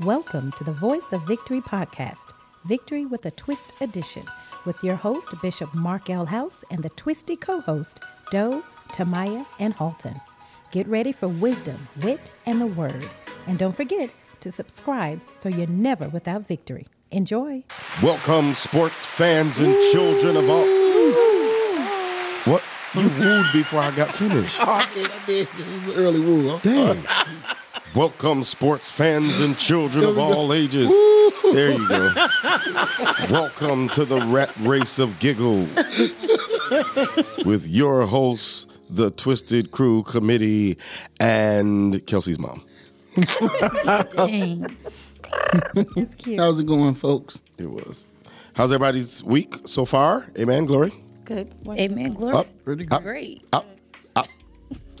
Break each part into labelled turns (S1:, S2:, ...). S1: Welcome to the Voice of Victory podcast, Victory with a Twist edition, with your host, Bishop Mark L. House, and the twisty co host, Doe, Tamaya, and Halton. Get ready for wisdom, wit, and the word. And don't forget to subscribe so you're never without victory. Enjoy.
S2: Welcome, sports fans and children of all. What? You wooed before I got finished.
S3: Oh, I did, I did. It was an early woo. huh?
S2: Damn. Welcome, sports fans and children of all ages. There you go. Welcome to the rat race of giggles with your hosts, the Twisted Crew Committee, and Kelsey's mom.
S4: Dang. That's cute.
S3: How's it going, folks?
S2: It was. How's everybody's week so far? Amen. Glory.
S4: Good. Amen. Glory.
S2: Up.
S3: Pretty
S2: Up.
S4: Great.
S2: Up. Up.
S3: Ah,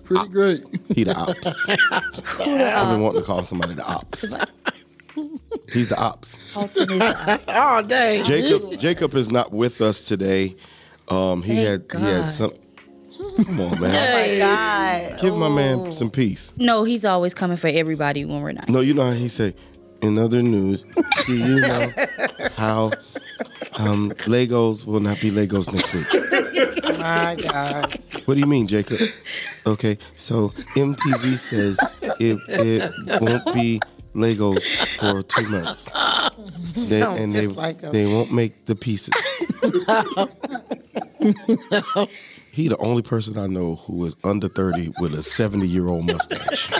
S3: Pretty great.
S2: He the ops. I've been wanting to call somebody the ops. He's the ops.
S4: Alton is out.
S3: All day.
S2: Jacob Jacob is not with us today. Um, he
S4: Thank
S2: had he had
S4: God.
S2: some. Come on, man. Give my
S4: Oh.
S2: man some peace.
S4: No, he's always coming for everybody when we're not.
S2: No, you know how he say. In other news, do you know how um, Legos will not be Legos next week?
S3: My God.
S2: What do you mean, Jacob? Okay, so MTV says it, it won't be Legos for two months, They- and they
S3: just like him.
S2: they won't make the pieces. he the only person I know who is under thirty with a seventy year old mustache.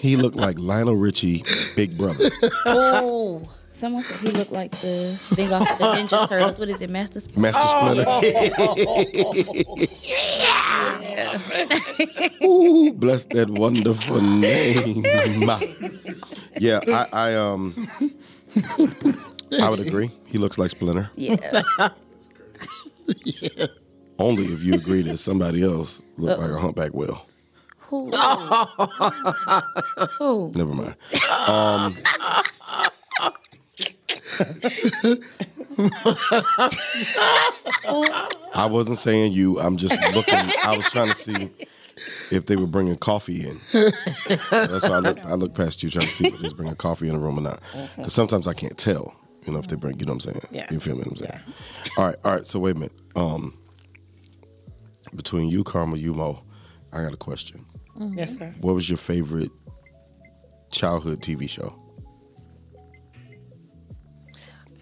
S2: he looked like Lionel Richie, Big Brother.
S4: Oh. Someone said he looked like the thing off the Ninja Turtles. What is it, Master Splinter?
S2: Master Splinter. Ooh, bless that wonderful name. yeah, I, I um I would agree. He looks like Splinter.
S4: Yeah.
S2: Only if you agree that somebody else looked like a humpback whale.
S4: Who? Who?
S2: Never mind. Um, I wasn't saying you. I'm just looking. I was trying to see if they were bringing coffee in. That's why I looked, I looked past you trying to see if they was bringing coffee in the room or not. Because sometimes I can't tell. You know if they bring. You know what I'm saying?
S5: Yeah.
S2: You feel me? What I'm saying. All right. All right. So wait a minute. Um, between you, Karma, you, Mo, I got a question.
S5: Yes, sir.
S2: What was your favorite childhood TV show?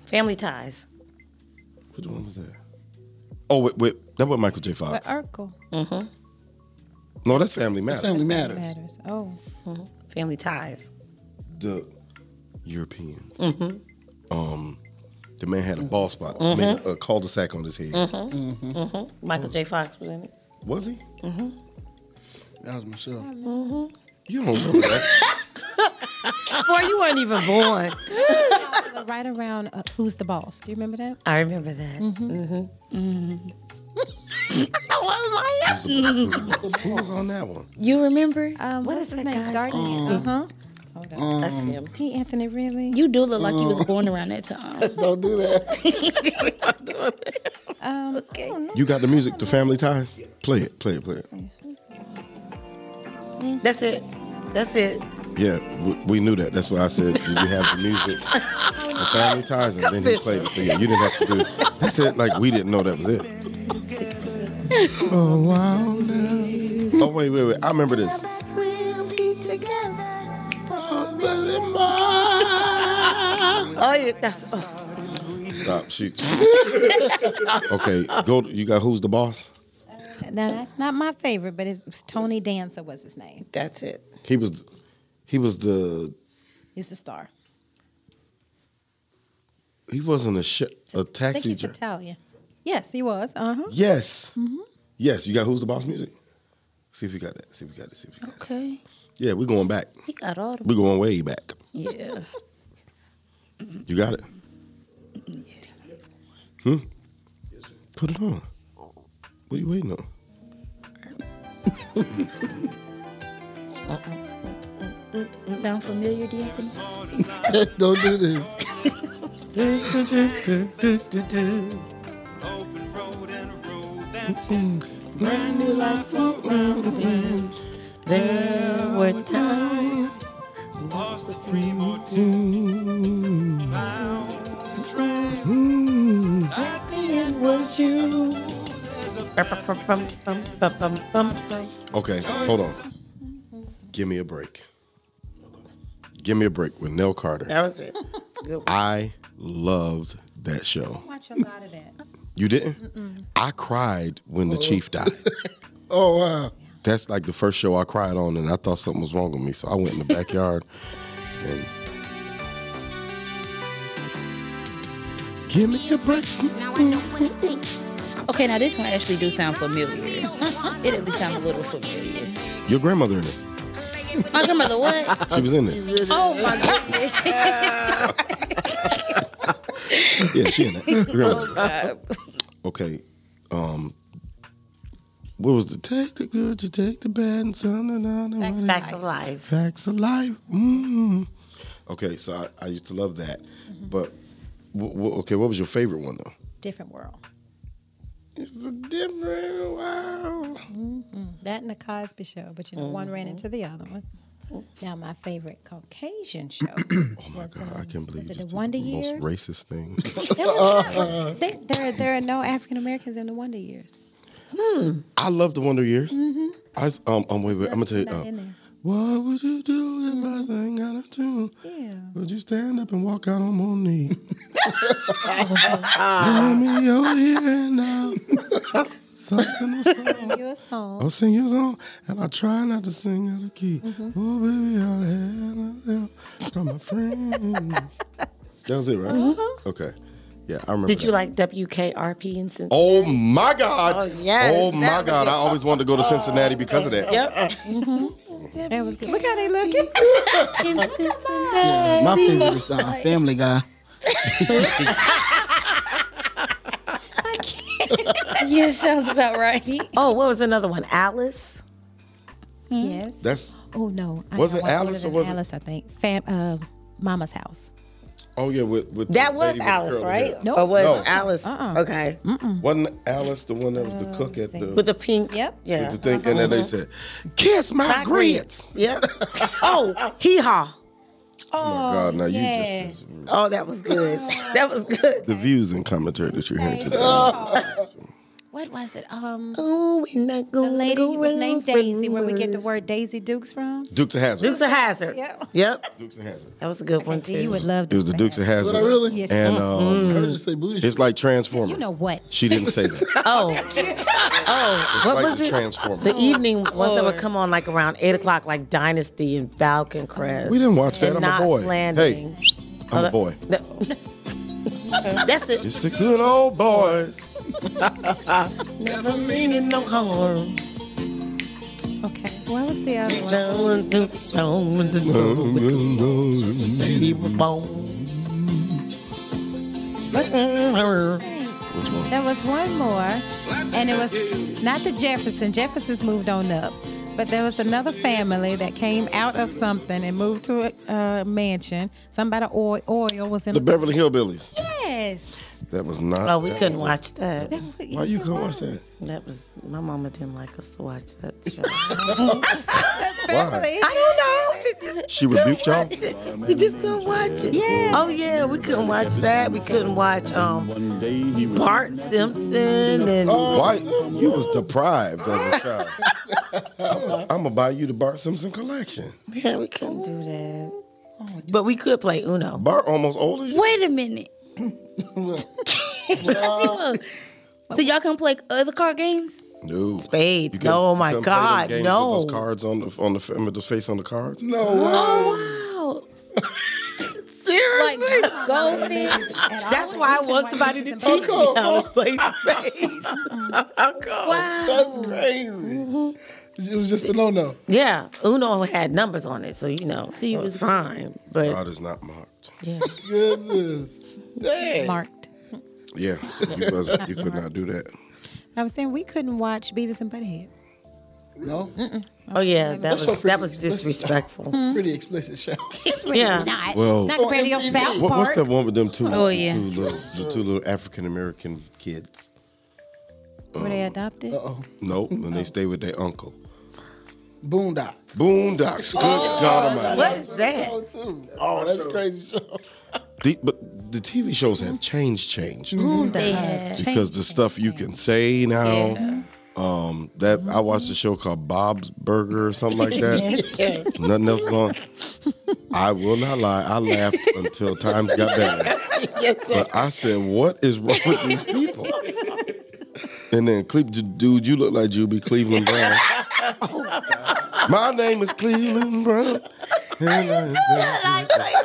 S5: Family ties.
S2: Which one was that? Oh, wait, wait that was Michael J. Fox.
S4: Uh,
S1: Urkel
S2: No, that's Family Matters.
S3: Family matters.
S1: matters. Oh,
S5: Family ties.
S2: The Europeans. Mm-hmm. Um, the man had a ball spot, I mean, a cul-de-sac on his head.
S5: Michael J. Fox was in it.
S2: Was he?
S3: That was myself.
S2: Mm-hmm. You don't remember that?
S5: Boy, you weren't even born.
S1: right around uh, Who's the Boss? Do you remember that?
S5: I remember that.
S2: Who's the boss? Who's the boss? Who was on that one?
S4: You remember?
S1: Um,
S5: What
S1: what's
S5: is
S1: his
S5: that
S1: name?
S5: guy
S1: Dark. Uh huh. Hold on.
S5: That's him.
S1: T. Anthony really?
S4: You do look like you was born around that time.
S3: Don't do that.
S1: um, okay.
S2: You got the music, the Family Ties. Play it, play it, play it.
S5: That's it. That's it.
S2: Yeah, we, we knew that. That's why I said, did you have the music, the Family Ties, and then he played it. So yeah, you didn't have to do. That's it. Like we didn't know that was it. Oh wow. now. Oh wait, wait, wait. I remember this.
S5: Oh, yeah, that's. oh.
S2: Stop. She. Okay, go. You got who's the boss?
S1: Now that's not my favorite, but it's it's Tony Danza was his name.
S5: That's it.
S2: He was, he was the.
S1: He's the star.
S2: He wasn't a sh- a
S1: I think
S2: taxi
S1: he's
S2: driver.
S1: Italian. Oh, Yes, he was. Uh huh.
S2: Yes. Yes. You got who's the boss music. See if you got that. See if you got it. See if you got it.
S4: Okay.
S2: Yeah, we're going back.
S4: He got all the.
S2: We're going way back.
S4: Yeah.
S2: You got it. Hmm. Put it on. What are you waiting on?
S4: Sound familiar, D'Anthony?
S3: Don't do this.
S6: open road and a road that's
S5: There were times At the end was you.
S2: Okay, hold on. Give me a break. Give me a break with Nell Carter.
S5: That was it. It's a good. one.
S2: I loved that show.
S7: Watch a lot of that.
S2: You didn't? I cried when the chief died.
S3: Oh wow.
S2: That's like the first show I cried on, and I thought something was wrong with me. So I went in the backyard and. Give me a break.
S4: Okay, now this one actually do sound familiar. It at least sound a little familiar.
S2: Your grandmother in it.
S4: My grandmother, what?
S2: She was in it.
S4: Oh my goodness.
S2: Yeah, she in it. Your grandmother.
S4: God.
S2: Okay. Um what was the take the good, you take the bad, and son and I know what it-
S5: Facts of life.
S2: facts of life. Mm. Okay, so I, I used to love that,
S5: Mm-hmm.
S2: but w- w- okay, what was your favorite one though?
S7: Different world.
S2: It's a different world. Mm.
S7: That and the Cosby Show, but you know, one
S2: Mm-hmm.
S7: ran into the other one. Now, my favorite Caucasian show. oh my was,
S2: God, I can't believe
S7: was it
S2: you
S7: the
S2: did
S7: Wonder
S2: most
S7: Years?
S2: racist thing.
S7: There, was not- there- there, there are no African Americans in the Wonder Years.
S2: I love the Wonder Years. I was, um, um wait wait I'm gonna tell you.
S7: Mm-hmm. Not in
S2: Um,
S7: there. Mm-hmm.
S2: what would you do if I sang out of tune?
S7: Yeah.
S2: Would you stand up and walk out on one knee? Let me your ear now. Something or song.
S7: You a song.
S2: I'll sing your song, and I try not to sing out of key.
S7: Mm-hmm.
S2: Oh, baby, I had a help from my friends. that was it, right?
S7: Uh-huh.
S2: Okay. Yeah, I remember.
S5: Did you
S2: that.
S5: like WKRP in Cincinnati?
S2: Oh my God!
S5: Oh, yes,
S2: Oh
S5: that
S2: my
S5: was
S2: God!
S5: it. Oh,
S2: I always wanted to go to Cincinnati because of that.
S5: Yep.
S7: That was good. Look how they looking.
S5: in Cincinnati.
S3: My favorite is uh, Family Guy.
S4: Yeah, sounds about right. Mm-hmm.
S5: Oh, what was another one? Alice.
S7: yes.
S2: That's
S7: Oh no. I
S2: Was
S7: know
S2: it
S7: one older
S2: Alice or
S7: than
S2: was it-
S7: Alice? I think. Fam, uh, Mama's house.
S2: oh yeah with with
S5: That
S2: the
S5: was
S2: lady with the
S5: Alice,
S2: curly
S5: right?
S2: hair.
S7: No.
S5: Or Oh, was
S2: No.
S5: Alice?
S7: Uh-uh.
S5: Okay.
S2: Wasn't Alice the one that was the cook at the
S5: Oh, With the pink.
S7: Yep.
S5: Yeah.
S2: the thing? And then they said, "Kiss my,
S5: My
S2: grits."
S5: grits. Yep. oh, hee haw.
S2: Oh my God! Now you
S7: yes.
S2: just is-
S5: Oh, that was good. that was good.
S2: the views and commentary that you're hearing today.
S7: What was it? Um,
S5: Oh, we're not
S7: the
S5: going
S7: lady
S5: go
S7: was named
S5: round
S7: Daisy. Where we get the
S5: words.
S7: word Daisy Dukes from?
S2: Dukes of Hazard.
S5: Dukes of Hazard.
S7: Yeah.
S5: Yep.
S2: Dukes of Hazard.
S5: That was a good one too.
S7: You would love.
S2: It was the
S7: Dukes
S2: Dukes
S7: of
S2: of Hazard.
S3: But I really,
S7: Yes.
S2: And um,
S5: mm-hmm.
S3: I heard you say booty.
S2: it's like Transformer.
S7: you know what?
S2: She didn't say that.
S5: Oh,
S2: It's
S5: oh, what
S2: like
S5: was
S2: the
S5: it?
S2: Transformer.
S5: the evening ones that would
S4: Lord.
S5: come on like around eight o'clock, like Dynasty and Falcon Crest.
S2: we didn't watch that.
S5: and
S2: I'm a boy.
S5: Knots Landing.
S2: Hey, I'm a boy.
S5: The- That's it.
S2: Just the good old boys.
S5: Never meaning no harm.
S7: Okay. What was the other one?
S5: Down to- down to-
S2: Which
S5: he was born.
S2: one?
S7: There was one more, and it was not the Jefferson. Jefferson's moved on up, but there was another family that came out of something and moved to a uh, mansion. Somebody oil, oil was in
S2: The
S7: the
S2: Beverly Hillbillies.
S7: yes.
S2: That was not.
S5: Oh, we
S2: that
S5: couldn't
S2: was-
S5: watch that.
S7: That's what-
S2: Why you couldn't watch that?
S5: That was my mama didn't like us to watch that show.
S2: Why?
S5: I don't know. She just,
S2: She rebuked y'all.
S5: we just couldn't watch it. Yeah. Oh yeah, we couldn't watch that. We couldn't watch um
S8: One day he was
S5: Bart Simpson and
S2: Why? You was deprived as a child. I'm gonna buy you the Bart Simpson collection.
S5: yeah, we couldn't do that. But we could play Uno.
S2: Bart almost old as you.
S4: Wait a minute. so y'all can play other card games?
S2: No.
S5: Spades.
S2: You couldn't-
S5: No, oh
S2: you
S5: my
S2: couldn't play them
S5: God,
S2: games
S5: no.
S2: With those cards on the on the fa- with the face on the cards.
S4: Oh wow.
S5: Seriously.
S4: Like goldfish.
S5: That's why I want somebody to teach me how to play spades. wow.
S3: That's crazy. It was just a no no.
S5: Yeah, Uno had numbers on it, so you know
S4: He
S5: it
S4: was-
S5: was fine. But
S2: God is not mocked.
S5: yeah,
S3: Goodness. Dang.
S7: marked.
S2: Yeah, so you, was, you could not do that.
S7: I was saying we couldn't watch Beavis and Butthead.
S3: No.
S5: oh yeah, that
S3: That's so
S5: was that
S3: pretty.
S5: was disrespectful.
S3: Pretty explicit show.
S7: It's really
S5: Yeah.
S7: not.
S2: Well-
S7: not compared to your
S3: MTV.
S7: South
S2: What, what's
S7: Park.
S2: that one with them two?
S4: Oh,
S2: the
S4: yeah.
S2: two little, the two little African American kids.
S7: Were they adopted?
S3: Oh.
S2: Nope, and they stay with their uncle.
S3: Boondock.
S2: Boondocks. Good God Almighty.
S5: What is that?
S3: Oh, too. Oh, that's crazy show.
S2: The, but the TV shows have changed, changed
S4: They had.
S2: because the stuff you can say now. Um, that I watched a show called Bob's Burger or something like that. Nothing else on. I will not lie. I laughed until times got better. But I said, "What is wrong with these people?" And then, Cle- dude, you look like Juby Cleveland Brown. My name is Cleveland Brown. And I-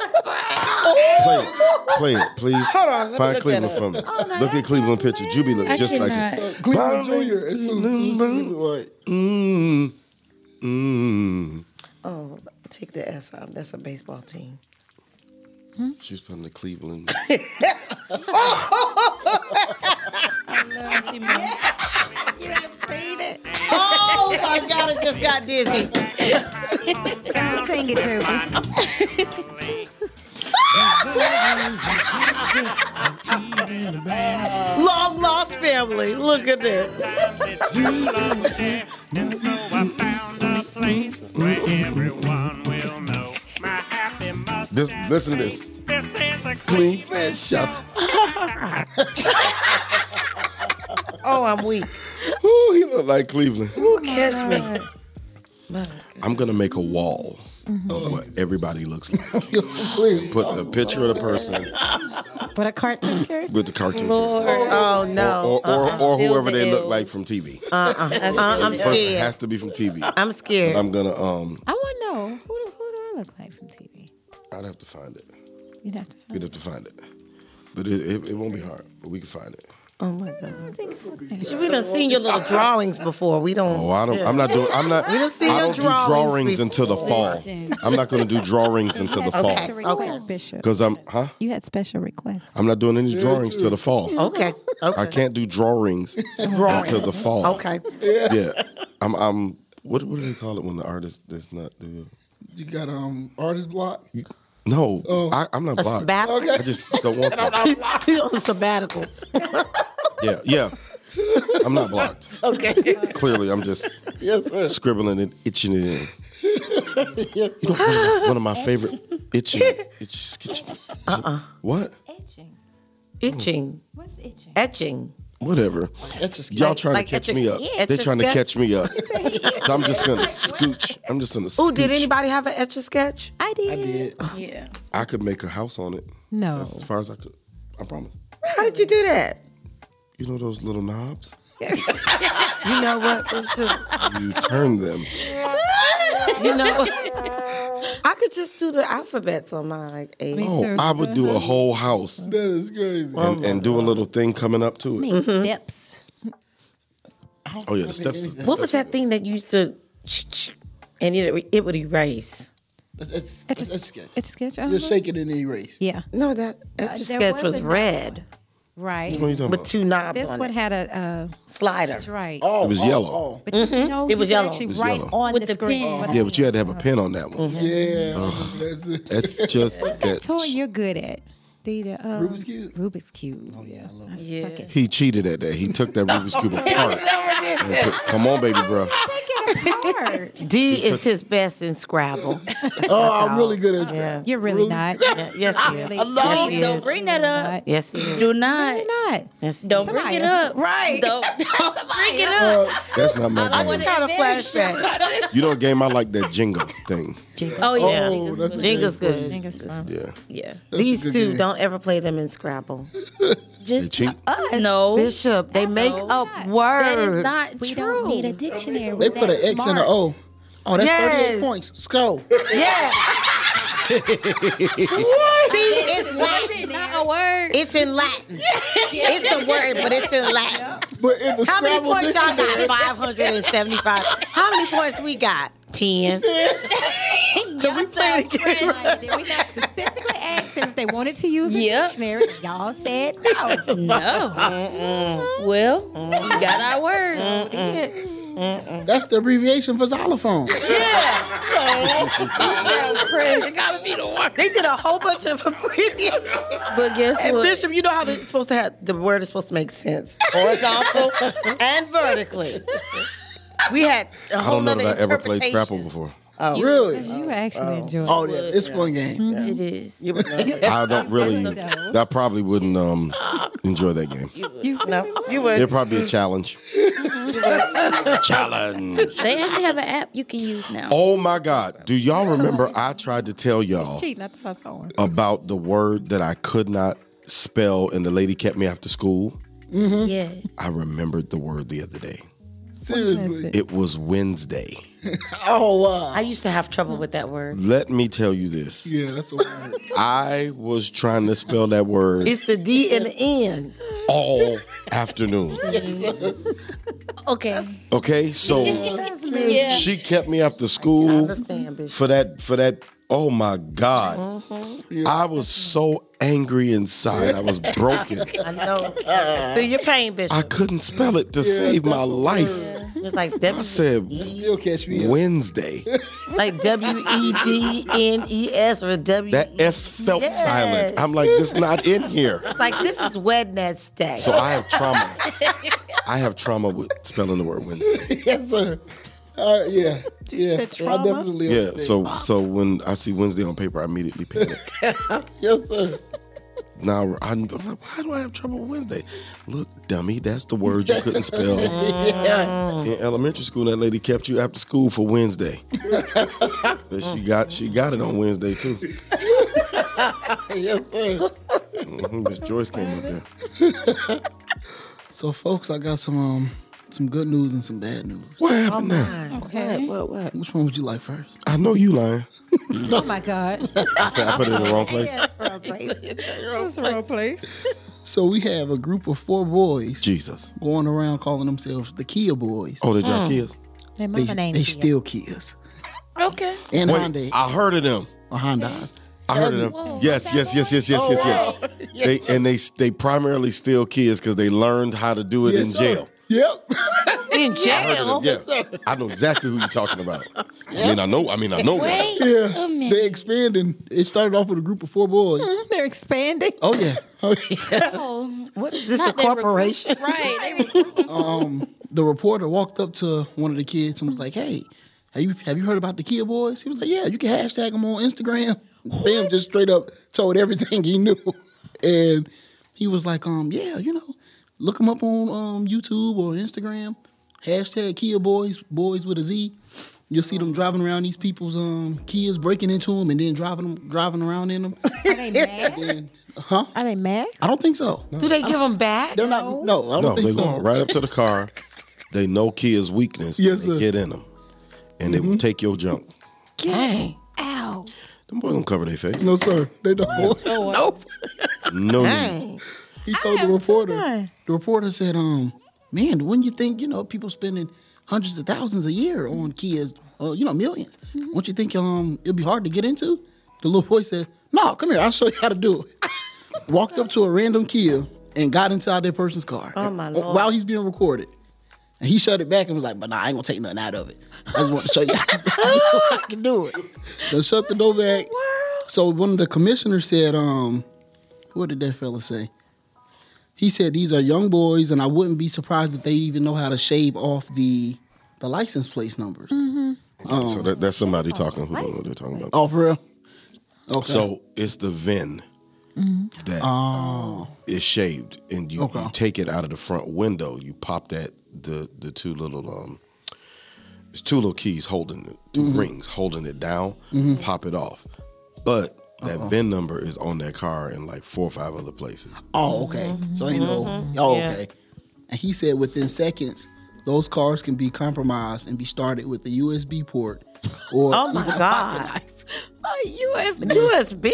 S2: Play it, play it, please.
S5: Hold on, let me
S2: Find
S5: look that
S2: Cleveland
S5: up.
S2: for me. look at Cleveland picture. Juby look
S4: I
S2: just like it.
S4: cannot.
S2: My
S3: Cleveland
S2: name
S3: Jr.
S2: is
S3: It's
S2: Cleveland Brown.
S3: Right.
S2: Mm, mm.
S5: Oh, take the S out. That's a baseball team.
S2: She's from the Cleveland.
S4: She made-
S5: Oh my God! I just got dizzy.
S7: Sing it, Juby.
S5: Long lost family. Look at that.
S6: And so I found a place where everyone will know my happy must
S2: This, listen to this.
S6: This is the
S2: Cleveland shop.
S5: Oh, I'm weak.
S2: Ooh, he look like Cleveland.
S5: Who catch me? My God.
S2: I'm gonna make a wall of what everybody looks like.
S3: Cleveland.
S2: Put the picture of the person
S1: But a cartoon character?
S2: with the cartoon.
S4: Lord.
S5: Oh no.
S2: Or, or, or whoever they
S4: Build the
S2: look like from TV.
S4: That's
S5: Uh, I'm
S4: good.
S2: Person
S5: scared.
S2: has to be from TV.
S5: I'm scared.
S2: I'm gonna um.
S1: I want to know who do, who do I look like from TV?
S2: I'd have to find it.
S1: You'd have to find
S2: We'd have to find it. But it, it, it won't be hard. But we can find it.
S5: Oh my God. We done seen your little drawings before. We don't.
S2: Oh, I don't. I'm not doing. I'm not.
S5: done seen
S2: I
S5: your
S2: don't do
S5: drawings
S2: drawings
S5: before.
S2: until the fall.
S4: Listen.
S2: I'm not going to do drawings until the
S1: You had
S2: fall.
S1: special requests, Bishop.
S2: Because I'm, huh?
S1: You had special requests.
S2: I'm not doing any drawings till the fall.
S5: Okay. Okay.
S2: I can't do drawings
S5: Drawing.
S2: until the fall.
S5: Okay.
S2: Yeah. I'm. I'm. What What do they call it when the artist does not do?
S3: You got um artist block.
S2: it? No,
S3: Oh.
S2: I, I'm not
S5: A
S2: blocked.
S5: sabbatical.
S2: I just don't want to.
S5: On sabbatical.
S2: Yeah, yeah. I'm not blocked.
S5: Okay.
S2: Clearly, I'm just scribbling and itching it in. You know, one of my, one of my favorite itching, itch, itch, uh-uh. what?
S7: Itching.
S5: Itching.
S7: What's itching?
S5: Etching.
S2: Whatever.
S3: That's just
S2: Y'all
S5: Like-
S2: trying
S5: like
S2: to catch
S5: etch a-
S2: me up.
S5: yeah,
S2: they
S5: etch a
S2: trying to
S5: sketch.
S2: catch me up. so I'm just gonna scooch. I'm just gonna.
S5: Oh, did
S2: scooch.
S5: anybody have an etch a sketch?
S1: I did. I
S3: did.
S4: Yeah.
S2: I could make a house on it
S1: No.
S2: as far as I could. I promise.
S5: How did you do that?
S2: You know those little knobs?
S5: You know what? It's just,
S2: You turn them.
S5: you know what? I could just do the alphabets on my like eight.
S1: Me
S2: Oh,
S1: too.
S2: I would do a whole house
S3: That is crazy.
S2: and, and do a little thing coming up to it. Mm-hmm.
S1: Make steps.
S2: Oh yeah, the steps. is-
S5: What was that thing that you used to and it, it would erase?
S3: That's,
S1: It
S3: that's, that's
S1: just,
S3: sketch.
S1: it just gets
S3: You're shaking in the erase.
S1: uh-huh. Yeah.
S5: No, that etch a
S1: Uh, there
S5: sketch
S1: was
S5: was
S1: another
S5: red
S1: Right.
S2: What are you talking
S5: with
S2: about?
S5: two knobs
S1: That's
S5: on
S1: what
S5: it.
S1: had a uh,
S5: Slider.
S1: right.
S3: Oh,
S2: It was
S3: oh,
S2: yellow.
S3: Oh.
S1: But you know,
S5: It was
S1: you could
S5: yellow.
S1: Actually,
S2: It was
S1: right
S2: yellow.
S1: on
S4: With
S1: the,
S4: the
S1: screen.
S4: pen.
S1: What-
S2: Yeah, but you had to have a pen on that one.
S3: Mm-hmm. Yeah. That's it.
S2: That just
S1: That
S2: that
S1: toy you're good at. The, the, uh,
S3: Rubik's Cube?
S1: Rubik's Cube. Oh yeah,
S5: Yeah.
S2: he cheated at that. He took that Rubik's cube apart. and put- Come on, baby, bro.
S1: Take it apart.
S5: D is his best in Scrabble.
S3: Oh, I'm really good at that.
S5: Yeah.
S1: You're really not.
S5: Yeah, Yes, he is.
S1: Really
S5: Yes,
S4: Don't,
S5: he
S4: don't
S5: is.
S4: bring that up.
S5: Yes, he is.
S4: Do not.
S1: not.
S5: Yes, he
S4: Don't
S5: is.
S4: bring it
S1: Samaya.
S4: up. Right. Don't, don't bring it up.
S2: That's not my
S4: I
S2: game.
S4: wanna-
S5: had a flashback.
S2: You know, a game I like that jingle thing.
S4: Oh, yeah.
S3: Oh, that's a
S5: Jingle's good.
S1: Fingers from.
S2: Yeah,
S4: Yeah.
S5: These
S3: good
S5: two,
S3: game.
S5: don't ever play them in Scrabble.
S2: they
S4: Just
S2: cheat.
S4: no.
S5: Bishop, they make up
S4: That
S5: words.
S4: is not
S1: We
S4: true.
S1: don't need a dictionary.
S3: They put an X and an O. Oh, that's
S5: Yes.
S3: 38 points. Let's go.
S5: yeah. See, it's Latin.
S4: not a word.
S5: It's in Latin. It's a word, but it's in Latin.
S3: But in the
S5: How many
S3: Scrabble
S5: points y'all
S3: dictionary-
S5: got? 575. How many points we got?
S4: Y'all
S5: 10.
S4: so friends.
S1: Did we not specifically ask them if they wanted to use a
S4: Yep.
S1: dictionary? Y'all said no.
S4: No. Well, we got our word.
S3: That's the abbreviation for xylophone.
S5: They did a whole bunch of abbreviations.
S4: But guess
S5: And
S4: what?
S5: Bishop, you know how it's supposed to have the word is supposed to make sense horizontal and vertically. We had a
S2: I
S5: whole
S2: don't know
S5: nother
S2: that I ever played
S5: interpretation.
S2: Scrabble before.
S3: Oh, really?
S1: You actually enjoy
S3: Oh,
S1: it.
S3: yeah. It's a fun game.
S4: It is.
S5: You would-
S2: I don't really.
S1: No.
S2: I probably wouldn't um, enjoy that game.
S1: You really
S5: no, you
S2: It'd
S5: would.
S2: probably be a challenge. challenge.
S4: They actually have an app you can use now.
S2: Oh my God! Do y'all remember I tried to tell y'all
S1: cheating. I thought I was on.
S2: about the word that I could not spell, and the lady kept me after school?
S5: Oh.
S4: Yeah.
S2: I remembered the word the other day.
S3: Seriously.
S2: It was Wednesday.
S5: Oh, wow. I used to have trouble with that word.
S2: Let me tell you this.
S3: Yeah, that's what I heard.
S2: I was trying to spell that word
S5: It's the D and the N.
S2: all afternoon.
S4: Okay.
S2: Okay, so
S4: Yeah.
S2: she kept me after school
S5: Understand, bitch.
S2: for that. For that. Oh my God! I was so angry inside. I was broken.
S5: I know. I Feel your pain, bitch.
S2: I couldn't spell it to save my life.
S5: It's like
S2: I
S5: W,
S2: said
S3: You'll catch me. up.
S2: Wednesday.
S5: like W E D N E S or W.
S2: That
S5: E-
S2: S felt
S5: Yes.
S2: silent. I'm like, this not in here.
S5: It's like this is Wednesday.
S2: So I have trauma. I have trauma with spelling the word Wednesday.
S3: yes, sir. Uh, yeah, yeah. I
S1: trauma?
S3: definitely.
S2: Yeah.
S3: understand.
S2: So so when I see Wednesday on paper, I immediately panic.
S3: yes, sir.
S2: Now I'm I'm like, why do I have trouble with Wednesday? Look, dummy, that's the word you couldn't spell in elementary school. That lady kept you after school for Wednesday. But she got she got it on Wednesday too.
S3: Yes, sir.
S2: Mhm, Miss Joyce came up there.
S3: So, folks, I got some um some good news and some bad news.
S2: What happened now?
S5: okay. What? What?
S3: Which one would you like first?
S2: I know you lying.
S1: Oh my God.
S2: I said I put it in the wrong place.
S1: That's the wrong place.
S3: So we have a group of four boys
S2: Jesus.
S3: going around calling themselves the Kia Boys.
S2: Oh, they dropped kids.
S1: Their
S3: they,
S1: mama named
S3: they
S1: Kia.
S3: still Kias
S5: Okay.
S3: and
S2: Wait,
S3: Hyundai
S2: I heard of them.
S3: or Hondas.
S2: I heard of them. Yes, yes, yes, yes, yes, yes, yes. They and they they primarily steal kids because they learned how to do it in
S3: Yes, sir.
S2: jail.
S3: Yep.
S5: In jail.
S2: Yeah, I know exactly who you're talking about. I mean, I know. I mean, I know.
S4: Wait
S3: Yeah.
S4: a minute.
S3: They expanding. It started off with a group of four boys.
S5: Mm-hmm.
S1: They're expanding.
S3: Oh yeah. Oh yeah.
S4: Oh,
S5: What is this?
S4: not
S5: a
S4: they recruit-
S5: corporation?
S4: Right. They recruit
S3: the reporter walked up to one of the kids and was like, "Hey, have you have you heard about the Kia Boys?" He was like, "Yeah, you can hashtag them on Instagram." Bam, just straight up told everything he knew, and he was like, "Um, yeah, you know, look them up on um YouTube or Instagram, hashtag Kia Boys, boys with a Z." You'll see them driving around these people's um Kias, breaking into them, and then driving them driving around in them.
S1: Are they mad?
S3: And, huh?
S1: Are they mad?
S3: I don't think so.
S5: Do they give them back?
S3: They're not. No, I don't
S2: No,
S3: think
S2: they
S3: so.
S2: go right up to the car. They know kids' weakness. and
S3: Yes,
S2: they
S3: sir. Mm-hmm.
S2: Get in them, and they will take your junk.
S5: Gang.
S1: Ow.
S2: Them boys don't cover their face.
S3: No, sir. They don't.
S5: Nope.
S2: No, need.
S5: Dang.
S3: He told the reporter. The reporter said, "Um, man, wouldn't you think you know people spending hundreds of thousands a year on kids, uh, you know, 1000000s Don't you think um it'll be hard to get into?" The little boy said, "No, come here. I'll show you how to do it." Walked up to a random kid and got inside that person's car.
S5: Oh, my
S3: uh,
S5: Lord.
S3: While he's being recorded. And he shut it back and was like, but nah, I ain't gonna take nothing out of it. I just want to show you how I can do it. So shut the door back. So one of the commissioners said, um, what did that fella say? He said these are young boys, and I wouldn't be surprised if they even know how to shave off the the license plate numbers.
S2: so that, that's somebody talking. Who don't know what they're talking about?
S3: Oh, for real? Okay. Mm-hmm.
S2: So it's the VIN that is shaved, and you,
S3: Oh. Okay.
S2: you take it out of the front window. You pop that the the two little um, it's two little keys holding it, 2
S3: Mm-hmm.
S2: rings holding it down. Pop it off, but that VIN number is on that car in like four or five other places.
S3: Oh, okay. So ain't no. Oh,
S5: Yeah.
S3: okay. And he said within seconds, those cars can be compromised and be started with the USB port or
S5: Oh my God.
S1: Oh, USB.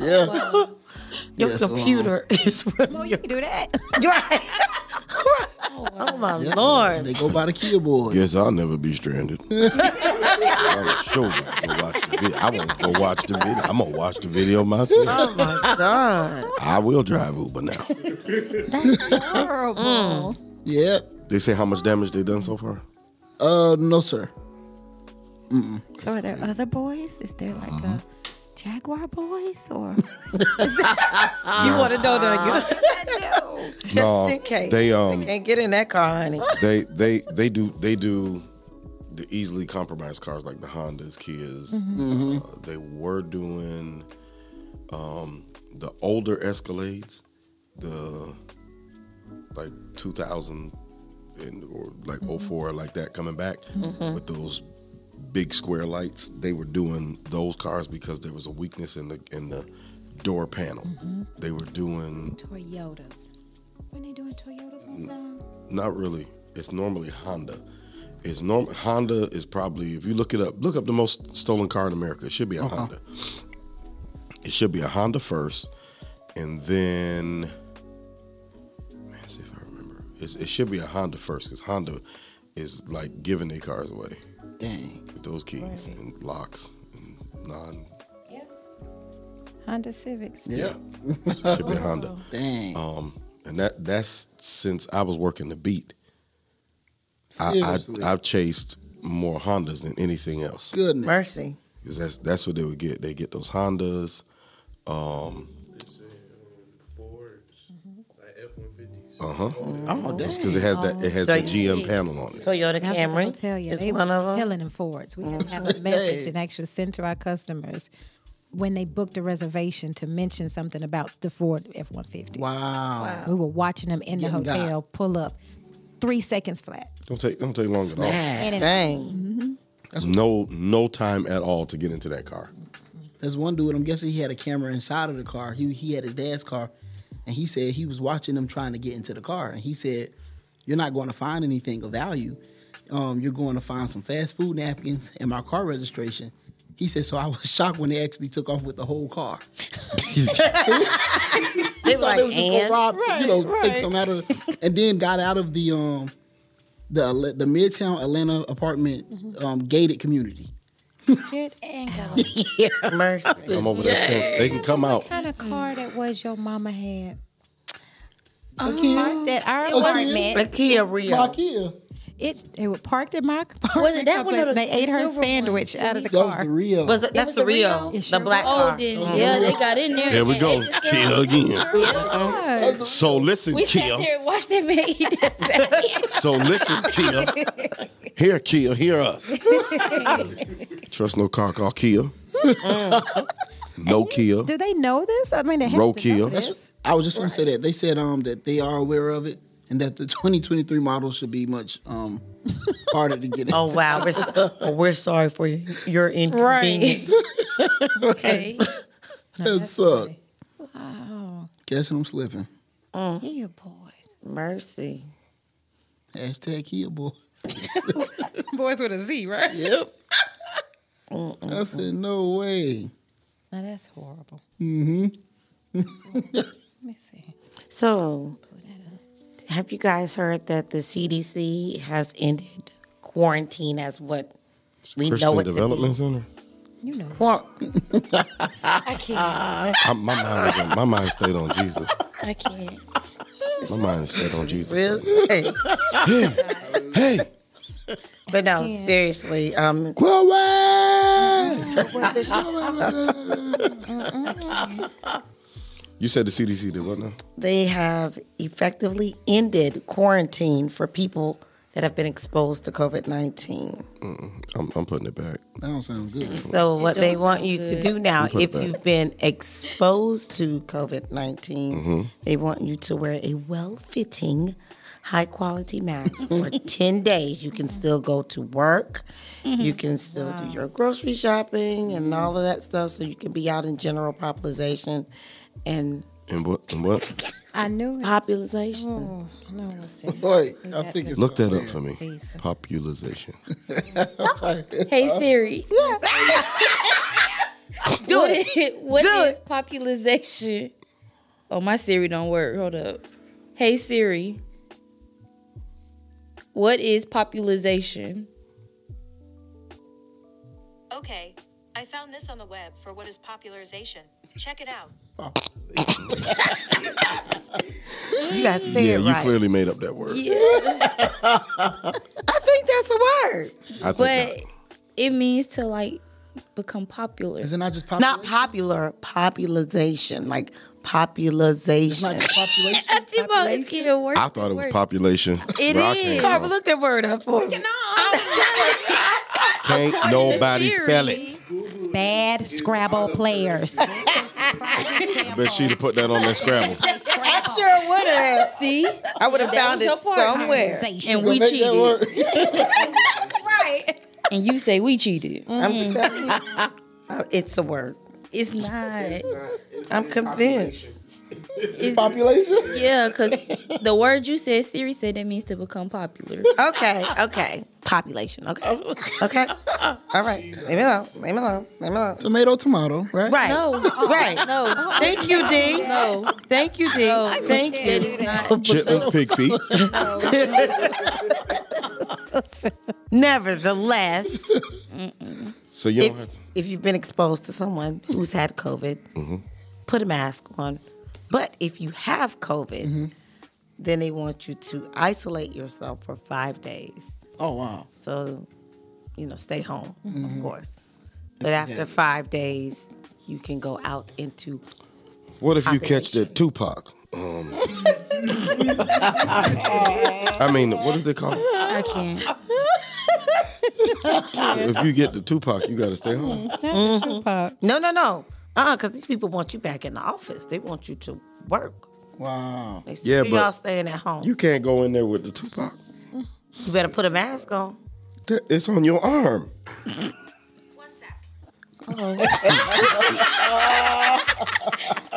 S3: yeah.
S5: Your
S3: Yes,
S5: computer is where
S1: You can do that.
S5: Right. oh my lord.
S3: They go by the Kia boys.
S2: Yes, I'll never be stranded. I'm sure I will watch the video. I won't go watch the video. I'm gonna watch the video myself.
S5: Oh my god.
S2: I will drive Uber now.
S1: Horrible.
S3: Yeah.
S2: They say how much damage they done so far.
S3: Uh, no, sir.
S7: So are there other boys? Is there like a Jaguar Boys or
S5: You want to know that?
S7: no?
S5: Just
S2: No,
S5: in case.
S2: they, um,
S5: they can't get in that car, honey.
S2: they they they do they do the easily compromised cars like the Hondas,
S5: Mm-hmm.
S2: Kias. Uh, they were doing um, the older Escalades, the like 2000 and or like
S5: Mm-hmm.
S2: 04 like that coming back with those big square lights. They were doing those cars because there was a weakness in the in the door panel.
S5: Mm-hmm.
S2: They were doing
S7: Toyotas. When they doing Toyotas all the time?
S2: not really. It's normally Honda. It's norm Honda is probably if you look it up, look up the most stolen car in America. It should be a Honda. It should be a Honda first, and then man, let's see if I remember. It's, it should be a Honda first because Honda is like giving their cars away
S3: Dang.
S2: with those keys and locks and non.
S7: Honda Civics.
S2: Yeah, it should be a Honda.
S3: Dang.
S2: Um, and that that's since I was working the beat. I,
S3: Seriously.
S2: I I've chased more Hondas than anything else
S3: Goodness.
S5: Mercy.
S2: because that's that's what they would get. They get those Hondas. Um, Fords, uh huh.
S5: Oh, damn.
S2: Because it has that it has the
S4: Oh,
S5: Like-
S2: GM panel on it.
S5: Toyota
S7: That's what
S5: Camry
S7: they'll tell you.
S5: is
S7: They
S5: one
S7: were
S5: of them.
S7: Helen and Ford's. We had to have a
S3: Mm-hmm.
S7: message and actually send to our customers when they booked a reservation to mention something about the Ford F one fifty.
S3: Wow.
S7: We were watching them in the
S3: Getting got.
S7: hotel pull up, three seconds flat.
S2: Don't take don't take long at all.
S3: Nah.
S7: And it,
S5: Dang.
S2: No no time at all to get into that car.
S3: There's one dude, I'm guessing he had a camera inside of the car. He, he had his dad's car, and he said he was watching them trying to get into the car. And he said, You're not going to find anything of value. Um, you're going to find some fast food napkins and my car registration. He said, So I was shocked when they actually took off with the whole car.
S5: They were
S3: thought
S5: like,
S3: they was just gonna
S5: and
S3: rob, you know, take some out of, and then got out of the um, the Ale- the Midtown Atlanta apartment
S5: Mm-hmm.
S3: um, gated community.
S7: kid, and go.
S5: mercy.
S2: Come over that fence. They can come out.
S7: kind of car that was your mama had?
S3: Okay.
S7: Parked at our
S3: was-
S7: apartment.
S5: The Kia Rio.
S3: Ikea.
S7: It they were parked at my apartment
S4: that one
S7: complex,
S4: or
S7: and they
S4: the
S7: ate her
S4: silver one?
S7: sandwich out of the
S3: That was
S7: car.
S3: the real.
S5: Was it, that's
S4: was
S5: the
S4: a
S5: Rio,
S4: Rio?
S5: the
S7: It sure
S5: black
S7: was.
S4: Oh,
S5: car.
S4: then yeah, they got in there.
S2: There we
S4: and
S2: go.
S4: ate the
S2: Kia
S4: salad.
S2: again.
S7: Yeah.
S2: So listen,
S4: We
S2: Kia.
S4: sat there and watched that man eat that salad.
S2: So listen, Kia. Here, Kia, hear us. Trust no car called Kia. No Kia.
S7: Do they know this? I mean, they have to know
S2: Roadkill.
S7: this.
S3: I was just going to say that they said um that they are aware of it and that the 2023 model should be much um harder to get.
S5: Oh
S3: into.
S5: wow, we're, so- oh, we're sorry for you. Your inconvenience.
S4: Okay.
S3: that suck. Guessing I'm slipping.
S7: Yeah, boys.
S5: Mercy.
S3: Hashtag Kia boy.
S7: Boys with a Z, right?
S3: Yep. I said no way.
S7: Now that's horrible. Mm-hmm. Let me see.
S5: So, have you guys heard that the CDC has ended quarantine as what we know
S2: Christian
S5: it
S2: Development Center.
S7: You know,
S5: to be? Quar-
S4: I can't.
S2: I, my mind was on, my mind stayed on Jesus.
S4: I can't.
S2: My mind stayed on Jesus.
S5: Real estate.
S2: Hey,
S5: but no, seriously. Um,
S2: glory! you said the CDC did what now?
S5: they have effectively ended quarantine for people that have been exposed to COVID 19.
S2: I'm, I'm putting it back.
S3: That don't sound good.
S5: So, what they want you to do now,
S2: put it
S5: if
S2: back.
S5: you've been exposed to COVID 19,
S2: Mm-hmm.
S5: they want you to wear a well fitting, high quality mask for 10 days. You can still go to work, you can still do your grocery shopping and all of that stuff. So, you can be out in general population and
S2: And what? And what?
S7: I knew it.
S5: population.
S4: Mm.
S7: Oh, no, it's
S3: Like, I think it's
S2: Look that up for me. Popularization.
S4: Hey Siri. Do it. What is popularization? Oh, my Siri don't work. Hold up. Hey Siri. What is popularization?
S9: Okay, I found this on the web for what is popularization. Check it out.
S5: You got to say
S2: Yeah,
S5: it
S2: you
S5: right.
S2: clearly made up that word.
S5: I think that's a word.
S2: I think
S4: But
S2: not.
S4: it means to like become popular.
S3: Is it not just popular?
S5: Not popular, popularization. Like
S3: It's
S5: popularization.
S3: not just population.
S4: Auntie Bo is getting worse.
S2: I thought it
S4: and
S2: was
S4: worse.
S2: population.
S4: It
S2: but I
S4: is.
S2: can't-
S5: Carver, look that word up for me.
S2: Can't nobody
S4: Theory.
S2: spell it.
S7: Bad Scrabble players.
S2: I bet she'd have put that on that Scrabble.
S5: I sure would have.
S4: See,
S5: I would have found
S4: was
S5: it
S4: your part.
S5: somewhere.
S4: and we
S3: Make that
S4: cheated,
S3: work.
S5: Right.
S4: and you say we cheated.
S5: I'm telling you. Uh, It's a word.
S4: Mm. It's not.
S5: I'm convinced.
S3: Population?
S4: Yeah, because the word you said, Siri said, that means to become popular.
S5: Okay, okay. Population. Okay. Okay. All right. Leave me alone. Leave me alone. Leave me alone.
S3: Tomato, tomato, right?
S5: Right.
S4: No, uh-uh.
S5: Right.
S4: no,
S5: Thank you, D.
S4: no.
S5: Thank you, D. Thank you.
S4: That is not.
S2: Chitlins, pig feet.
S5: Nevertheless,
S2: So you don't
S5: if,
S2: have to.
S5: if you've been exposed to someone who's had COVID,
S2: Mm-hmm.
S5: put a mask on. But if you have COVID, then they want you to isolate yourself for five days.
S3: Oh wow.
S5: So, you know, stay home, of course. But after five days, you can go out into
S2: What if you catch the Tupac? Um, I mean, what is it called?
S4: I can't.
S2: If you get the Tupac, you got to stay home.
S5: no, no, no, uh, because these people want you back in the office. They want you to work.
S3: Wow.
S5: They say,
S2: Yeah,
S5: yeah,
S2: but-
S5: y'all staying at home.
S2: You
S5: You,
S2: can't go in there with the Tupac.
S5: better put a mask on.
S2: That- It's on your arm.
S9: One sec.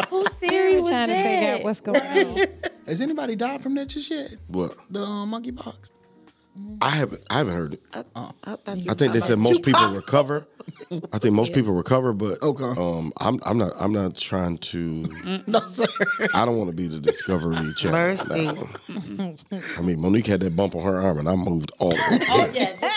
S4: Who Siri was
S7: trying to figure out
S4: that?
S7: what's going on.
S3: Has anybody died from that just yet?
S2: What?
S3: The uh, monkey box.
S2: I haven't. I haven't heard it.
S5: I, thought you
S2: I think they said most people recover. I think most people recover, but
S3: Okay.
S2: um, I'm I'm not I'm not trying to.
S3: No sir.
S2: I don't want to be the Discovery Channel.
S5: Mercy.
S2: I mean, Monique had that bump on her arm, and I moved all. Oh,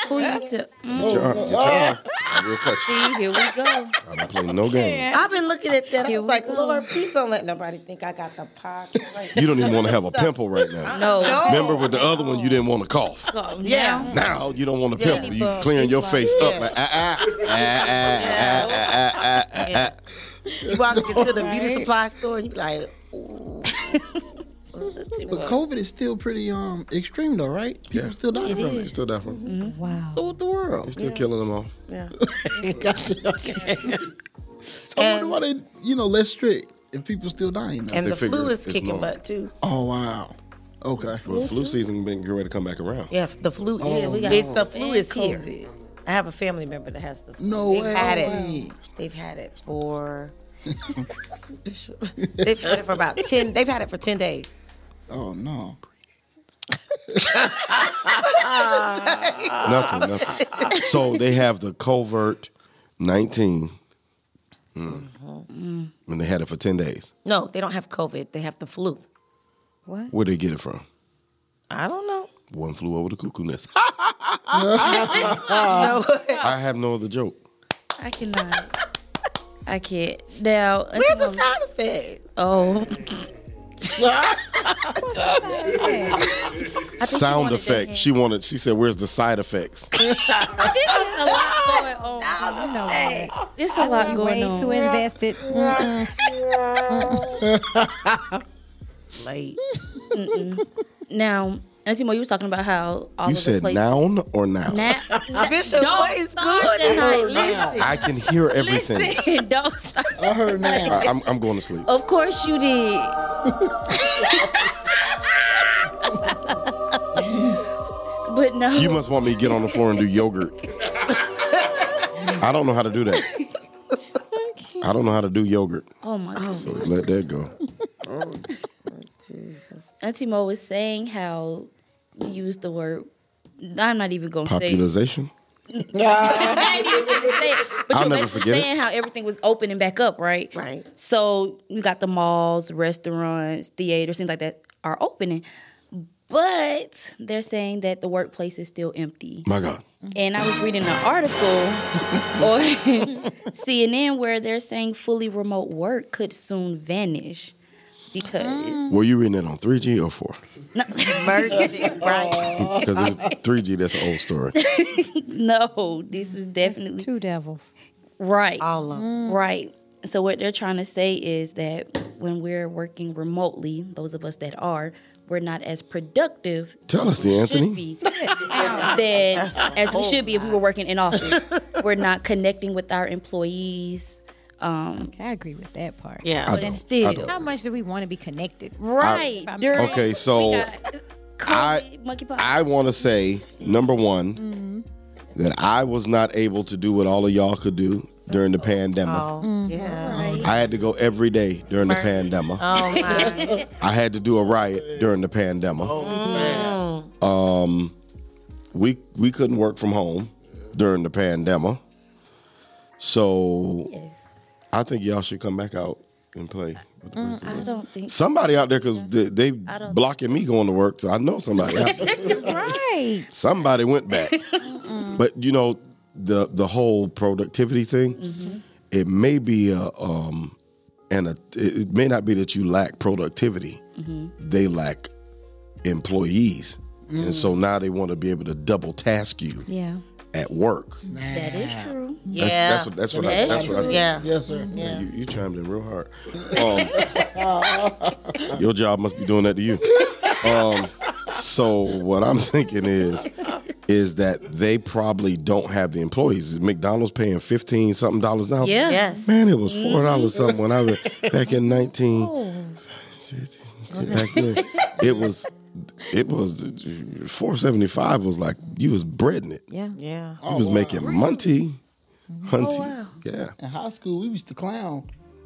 S4: Who you to? Mm,
S2: Get your arm. Get your arm. I will cut you.
S4: see, here we go.
S2: I don't play no game.
S5: I've been looking at that. I
S4: Here
S5: was
S4: we
S5: like,
S4: go.
S5: Lord, please don't let nobody think I got the pocket. Like,
S2: You don't even want to have a pimple right now.
S4: No.
S2: Remember with the other one, you didn't want to cough.
S4: Go
S5: Yeah.
S4: now.
S2: Now you don't want to pimple. You
S4: Bug.
S2: clearing
S4: It's
S2: your
S4: like-
S2: face up like ah ah ah ah ah ah ah ah. ah.
S5: You walk into the beauty supply store and you be like, ooh.
S3: But COVID is still pretty um extreme though, right? People
S2: Yeah.
S3: still dying from
S2: You
S3: it.
S2: still that one?
S7: Wow.
S3: So what the world?
S2: You still killing them off?
S5: yeah.
S3: Gotcha, okay. so I wonder
S5: And-
S3: why they, you know, less strict if people still dying. Though.
S5: And
S2: They
S5: the
S2: figure
S5: flu
S2: it's-
S5: is
S2: it's
S5: kicking
S2: normal.
S5: butt too.
S3: oh wow. Okay.
S2: Well, flu season been getting ready to come back around.
S5: Yeah, the flu is.
S4: Oh, we got
S5: It's, the flu
S4: and
S5: is here.
S4: COVID.
S5: I have a family member that has the flu.
S3: No
S5: They've
S3: way.
S5: had it. They've had it for. they've had it for about ten. They've had it for ten days.
S3: Oh no.
S2: Nothing, nothing. so they have the covert 19. Mm.
S4: Mm-hmm.
S2: And they had it for 10 days.
S5: No, they don't have COVID. They have the flu.
S2: Where'd they get it from?
S5: I don't know.
S2: One flew over the cuckoo nest.
S5: No.
S2: I have no other joke.
S4: I cannot. I can't. Now,
S5: Where's the
S4: until-
S5: side effect?
S4: oh,
S2: Sound
S4: wanted that
S2: effect.
S4: hand.
S2: She wanted, she said, where's the side effects?
S4: there's a lot going on.
S7: You know what?
S4: There's a lot
S7: Way
S4: going on.
S7: too invested. Mm-mm.
S5: Like,
S4: Now, Auntie Mo, you was talking about how all
S2: You
S4: of the
S2: said
S4: places-
S2: noun or now?
S4: Na-
S5: Bishop,
S4: don't
S5: what is
S4: start
S5: good?
S4: tonight. Listen,
S2: I can hear everything.
S4: listen. Don't start.
S3: I heard now.
S2: I, am I'm going to sleep.
S4: Of course you did. but no,
S2: You must want me to get on the floor and do yogurt. I don't know how to do that. I don't know how to do yogurt.
S4: oh my gosh,
S2: So let that go.
S4: Auntie Mo was saying how you used the word. I'm not even gonna say.
S2: Popularization?
S4: I ain't even finna say it. But
S2: I'll
S4: you're
S2: never
S4: basically
S2: forget it.
S4: saying how everything was opening back up, right?
S5: Right.
S4: So you got the malls, restaurants, theaters, things like that are opening. But they're saying that the workplace is still empty.
S2: My God.
S4: And I was reading an article on CNN where they're saying fully remote work could soon vanish because
S2: Were you reading it on 3G or 4?
S5: Mercy, right?
S2: Because it's 3G, that's an old story.
S4: no, this is definitely
S7: Two devils.
S4: Right.
S5: All of them.
S4: Right. So what they're trying to say is that when we're working remotely, those of us that are, we're not as productive
S2: Tell us,
S4: as we should
S2: Anthony.
S4: be that as we should be if we were working in office. we're not connecting with our employees. Um,
S7: I agree with that part.
S5: Yeah.
S2: I
S4: but
S2: don't-
S4: still,
S2: I don't.
S7: How much do we want to be connected?
S4: right?
S7: I-
S4: during-
S2: Okay, so
S4: we got
S2: I-
S4: COVID, monkeypox.
S2: I want to say number one
S4: Mm-hmm.
S2: that I was not able to do what all of y'all could do during the pandemic.
S5: Oh, yeah.
S4: Right.
S2: I had to go every day during the pandemic.
S5: Oh, my.
S2: I had to do a riot during the pandemic.
S4: Oh,
S2: Um, we we couldn't work from home during the pandemic, so I think y'all should come back out and play. with the rest of
S4: Mm, I
S2: us.
S4: don't think.
S2: Somebody out there because they, they
S4: I don't-
S2: blocking me going to work, so I know somebody. out there.
S7: Right.
S2: somebody went back. but you know, the the whole productivity thing,
S4: Mm-hmm.
S2: it may be a um and a, it may not be that you lack productivity.
S4: Mm-hmm.
S2: They lack employees.
S4: Mm.
S2: And so now they want to be able to double task you
S7: Yeah.
S2: at work.
S4: That is true.
S5: Yeah.
S2: That's, that's what that's what I
S4: That's
S2: that's what I
S5: yeah.
S3: Yes, sir.
S2: you, you chimed in real hard. Um, your job must be doing that to you. Um, so what I'm thinking is, is that they probably don't have the employees. McDonald's paying fifteen something dollars now.
S4: Yeah.
S5: Yes. Mm-hmm.
S2: Man, it was four dollars something when I was back in nineteen.
S5: Oh.
S2: Back then, it was, it was four seventy five. Was like you was breading it.
S7: Yeah.
S5: Yeah.
S2: You was making Monty,
S5: Mm-hmm. Oh,
S2: Hunty.
S4: wow.
S2: Yeah.
S3: In high school, we used to clown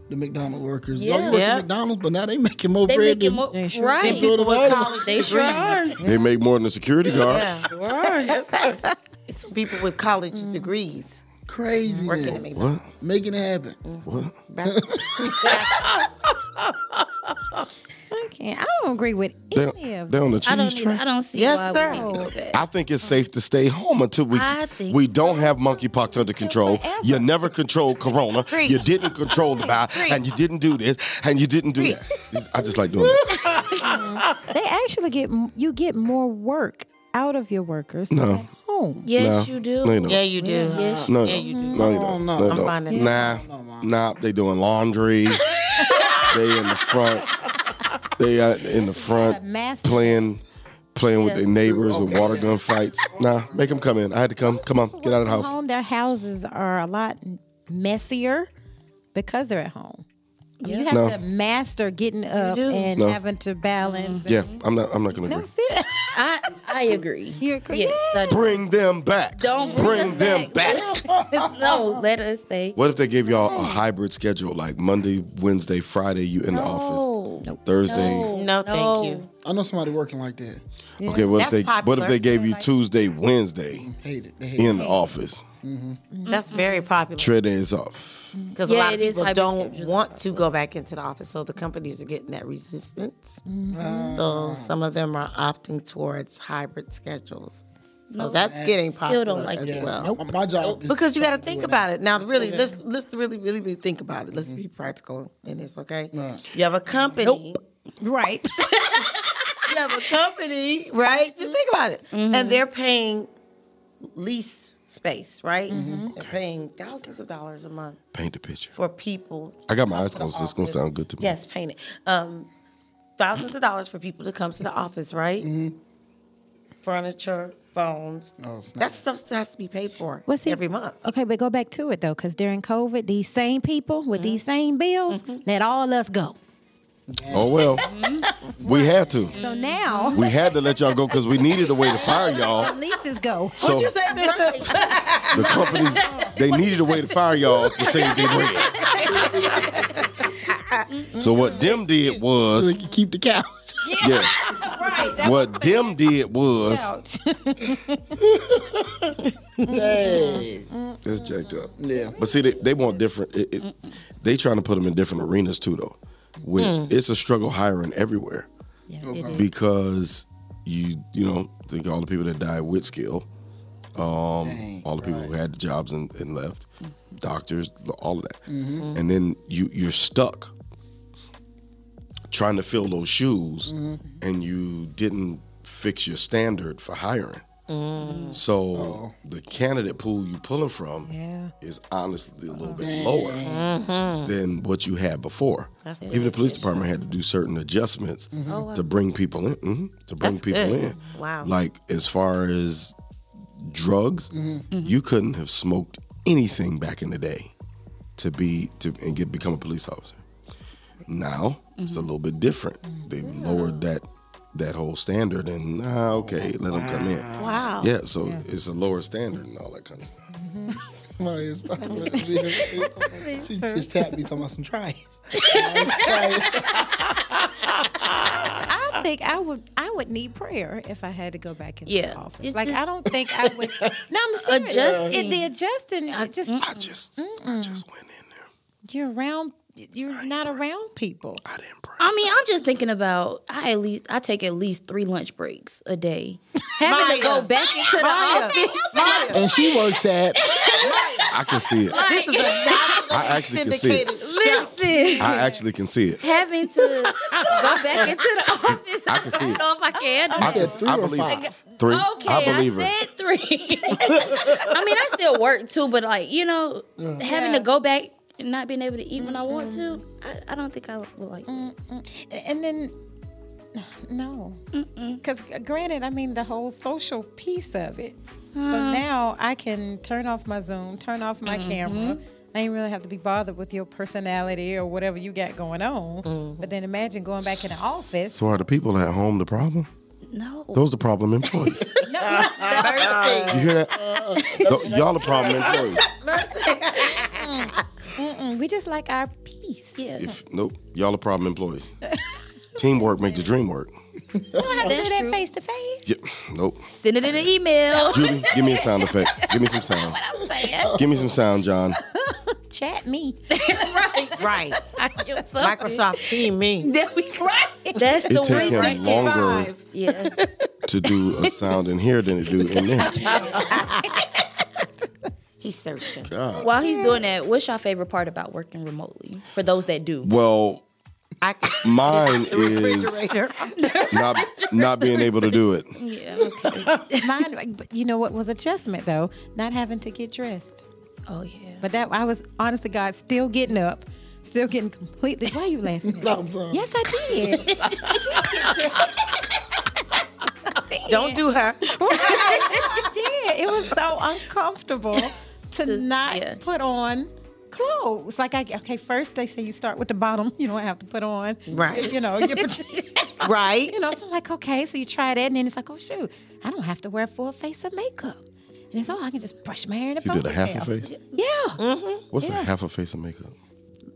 S3: the McDonald's workers.
S4: Yeah.
S3: Yeah, you work
S5: Yeah.
S3: at McDonald's, but now they making more
S4: They
S3: bread
S4: make it
S3: than
S4: more
S7: They sure
S4: right.
S5: Them people with college
S4: They sure are.
S2: They make more than the security guard.
S5: Yeah. It's people with college degrees
S3: crazy.
S5: working Mm. at McDonald's.
S2: What?
S3: Making it happen.
S2: What?
S7: I can't. I don't agree with
S2: They,
S7: any of
S2: they
S7: that.
S2: on the
S4: I
S2: cheese
S4: don't. Either,
S2: train.
S4: I don't see
S5: Yes,
S4: why
S5: sir.
S4: we need to go back.
S2: I think it's safe to stay home until we
S4: I think
S2: we don't have monkeypox under control. You never controlled corona. You didn't control the virus, and you didn't do this, and you didn't do that. I just like doing that.
S7: They actually get m- you get more work out of your workers than
S2: No.
S7: at home.
S4: Yes,
S2: No.
S4: you do.
S2: No, you don't.
S5: Yeah, you do.
S4: Yes,
S2: No,
S5: Yeah,
S2: no.
S5: you do.
S2: No, you don't.
S3: no.
S2: No, you
S5: I'm
S2: don't.
S5: finding it.
S2: Nah, nah. They doing laundry. they in the front. They out in the front
S7: massive-
S2: playing, playing with their neighbors with water gun fights. Nah, make them come in. I had to come. Come on, get out of the
S7: From
S2: house.
S7: home, their houses are a lot messier because they're at home. I mean, You have
S2: No.
S7: to master getting up and
S2: No.
S7: having to balance.
S2: Yeah, I'm not. I'm not gonna agree.
S7: No, seriously.
S4: I I agree.
S7: You're crazy.
S4: Yes, I do.
S2: Bring them back.
S4: Don't
S2: bring
S4: us
S2: them back.
S4: no, let us stay.
S2: What if they gave y'all a hybrid schedule, like Monday, Wednesday, Friday, you in the office,
S4: No.
S2: Thursday?
S5: No, thank you.
S3: I know somebody working like that.
S2: Okay, what if
S5: That's
S2: they what
S5: popular.
S2: if they gave you Tuesday, Wednesday
S3: Hate it. They hate
S2: in the office?
S5: That's very popular
S2: Trade days off.
S5: because a
S4: Yeah,
S5: lot of
S4: it is
S5: people
S4: hybrid
S5: don't
S4: schedules.
S5: want to go back into the office, so the companies are getting that resistance. So some of them are opting towards hybrid schedules. So that's getting popular
S4: don't like
S5: as
S4: that.
S5: well.
S3: it. My job is
S5: Because you got to think about it now. Really, let's Mm-hmm. let's really really, really think about it. Let's be practical in this, okay? You have a company.
S7: Right.
S5: you have a company, right? Just think about it. And they're paying lease space, right? They're paying thousands of dollars a month
S2: Paint the picture.
S5: for people.
S2: I got my eyes closed, Oh, so it's gonna sound good to me.
S5: Yes, paint it. Um, thousands of dollars for people to come to the office, right? Furniture, phones.
S3: Oh,
S5: that stuff has to be paid for
S7: Well, see-
S5: every month.
S7: Okay, but go back to it though, because during COVID, these same people with these same bills let all us go.
S2: Oh well, we had to.
S7: So now,
S2: We had to let y'all go because we needed a way to fire
S7: at
S2: y'all.
S7: least us go.
S2: So
S5: What'd you say, Bishop?
S2: the companies they needed a way to fire y'all to save their bread. So what them did
S3: So
S2: was
S3: they can keep the couch.
S2: yeah.
S7: Right.
S2: What them did was
S5: Mm-hmm.
S2: that's jacked up.
S3: Yeah.
S2: But see, they, they want different. It, it, they trying to put them in different arenas too, though. With it's a struggle hiring everywhere because you you know think all the people that died with skill, um, all the people who had the jobs and, and left, doctors, all of that, and then you you're stuck trying to fill those shoes, and you didn't fix your standard for hiring. So the candidate pool you pulling from
S7: Yeah.
S2: is honestly a little bit lower than what you had before.
S5: Mm-hmm. That's Oh,
S2: Even the police department had to do certain adjustments to bring people in. mhm, to bring
S5: That's
S2: people
S5: good.
S2: in.
S5: Wow.
S2: Like as far as drugs, you couldn't have smoked anything back in the day to be to and get become a police officer. Now it's a little bit different. They've
S5: Mm-hmm.
S2: lowered that that whole standard and ah, okay, let them come in.
S5: Wow.
S2: Yeah, so it's a lower standard and all that kind of stuff.
S3: No, it's stop it. She just tapped me talking about some try. it.
S7: I think I would I would need prayer if I had to go back in
S4: Yeah.
S7: the office.
S4: It's
S7: like
S4: just-
S7: I don't think I would. No, I'm serious.
S4: Adjusting.
S7: It- the adjusting, it just
S2: I just I just went in there.
S7: you're around. You're not around people.
S2: I didn't pray.
S4: I mean, I'm just thinking about I at least I take at least three lunch breaks a day. Having to go back into the
S5: Oh,
S4: office.
S3: And she works at
S2: I can see it.
S5: This is a national
S2: I actually can see it.
S5: syndicated show.
S4: Listen.
S2: I actually can see it.
S4: Having to go back into the office. I,
S2: can see
S4: don't
S2: it.
S4: know if I can. handle
S2: I,
S4: that.
S2: can,
S3: three
S2: I
S3: or
S2: believe it.
S3: five?
S2: Three.
S4: Okay,
S2: I believe
S4: I
S2: it.
S4: said three. I mean, I still work too, but like you know, having to go back and not being able to eat when I want to, I, I don't think I would like. that.
S7: And then, no. Because granted, I mean, the whole social piece of it. So now I can turn off my Zoom, turn off my camera. I ain't really have to be bothered with your personality or whatever you got going on. But then imagine going back in the office.
S2: So are the people at home the problem?
S4: No,
S2: Those the problem employees.
S7: No,
S2: You hear that? Th- y'all the problem employees.
S7: mm, we just like our peace.
S4: yeah,
S2: If nope, y'all the problem employees. Teamwork make the dream work.
S7: Do
S4: that's
S7: that
S4: true.
S7: face to face.
S2: Yep. Nope.
S4: Send it in an email.
S2: Judy, give me a sound effect. Give me some sound.
S4: I'm saying,
S2: Give me some sound, John.
S7: Chat me.
S5: Right.
S4: I do something.
S5: Microsoft Team me.
S4: There we go. That's
S2: It
S4: the
S2: takes him
S4: one. Right?
S2: longer
S4: Yeah,
S2: to do a sound in here than it do in there.
S5: He's searching.
S2: Uh,
S4: while he's doing that, what's your favorite part about working remotely? For those that do,
S2: Well,
S5: I
S2: mine is
S5: refrigerator.
S2: not not being able to do it.
S4: yeah, okay.
S7: Mine, like, but you know what was adjustment though? Not having to get dressed.
S4: oh yeah.
S7: But that I was honest to God, still getting up, still getting completely. Why are you laughing? at me?
S3: I'm sorry.
S7: yes, I did.
S5: Don't do her.
S7: I did. It was so uncomfortable to
S4: Just-
S7: not
S4: yeah.
S7: put on clothes. Like I okay, first they say you start with the bottom. You don't have to put on.
S5: Right.
S7: You know. Your, paj-
S5: Right.
S7: you know. So like okay, so you try that, and then it's like oh shoot, I don't have to wear a full face of makeup. And it's oh I can just brush my hair in a
S2: You did a half a
S7: ponytail.
S2: face.
S7: Yeah.
S2: What's a half a face of makeup?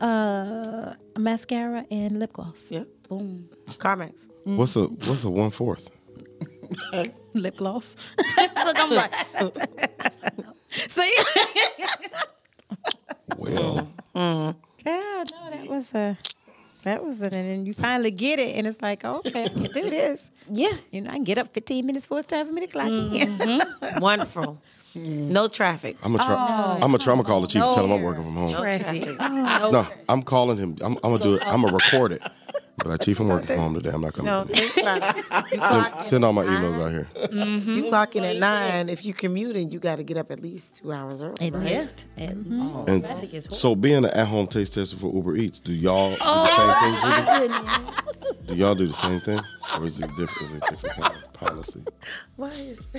S7: Uh, mascara and lip gloss.
S5: Yeah. Boom. CarMax.
S2: What's a what's a one fourth?
S7: Lip gloss.
S4: Look, I'm like,
S7: See.
S2: Well,
S7: Yeah, no, that was a that was it, and then you finally get it, and it's like, okay, I can do this.
S4: yeah,
S7: You know, I can get up 15 minutes before it's time for me to clock
S10: Mm.
S7: in.
S5: Wonderful. No traffic.
S2: I'm a try. I'm a try. I'm gonna call the chief. and Tell him I'm working from home.
S4: traffic.
S2: No, I'm calling him. I'm, I'm gonna do it. I'm gonna record it. But like, chief, I'm working from home today. I'm not coming.
S5: No,
S2: in.
S5: think about it.
S2: Send,
S5: You clock,
S2: send all my emails out here.
S5: you clock in at nine. If you commuting, you got to get up at least two hours early.
S4: At
S5: right?
S4: least. At-
S5: Oh,
S2: And
S4: is
S2: so, being an at-home taste tester for Uber Eats, do y'all do
S5: Oh,
S2: the same thing? Judy?
S4: Goodness.
S2: Do y'all do the same thing, or is it different? Is it different kind of policy?
S5: Why is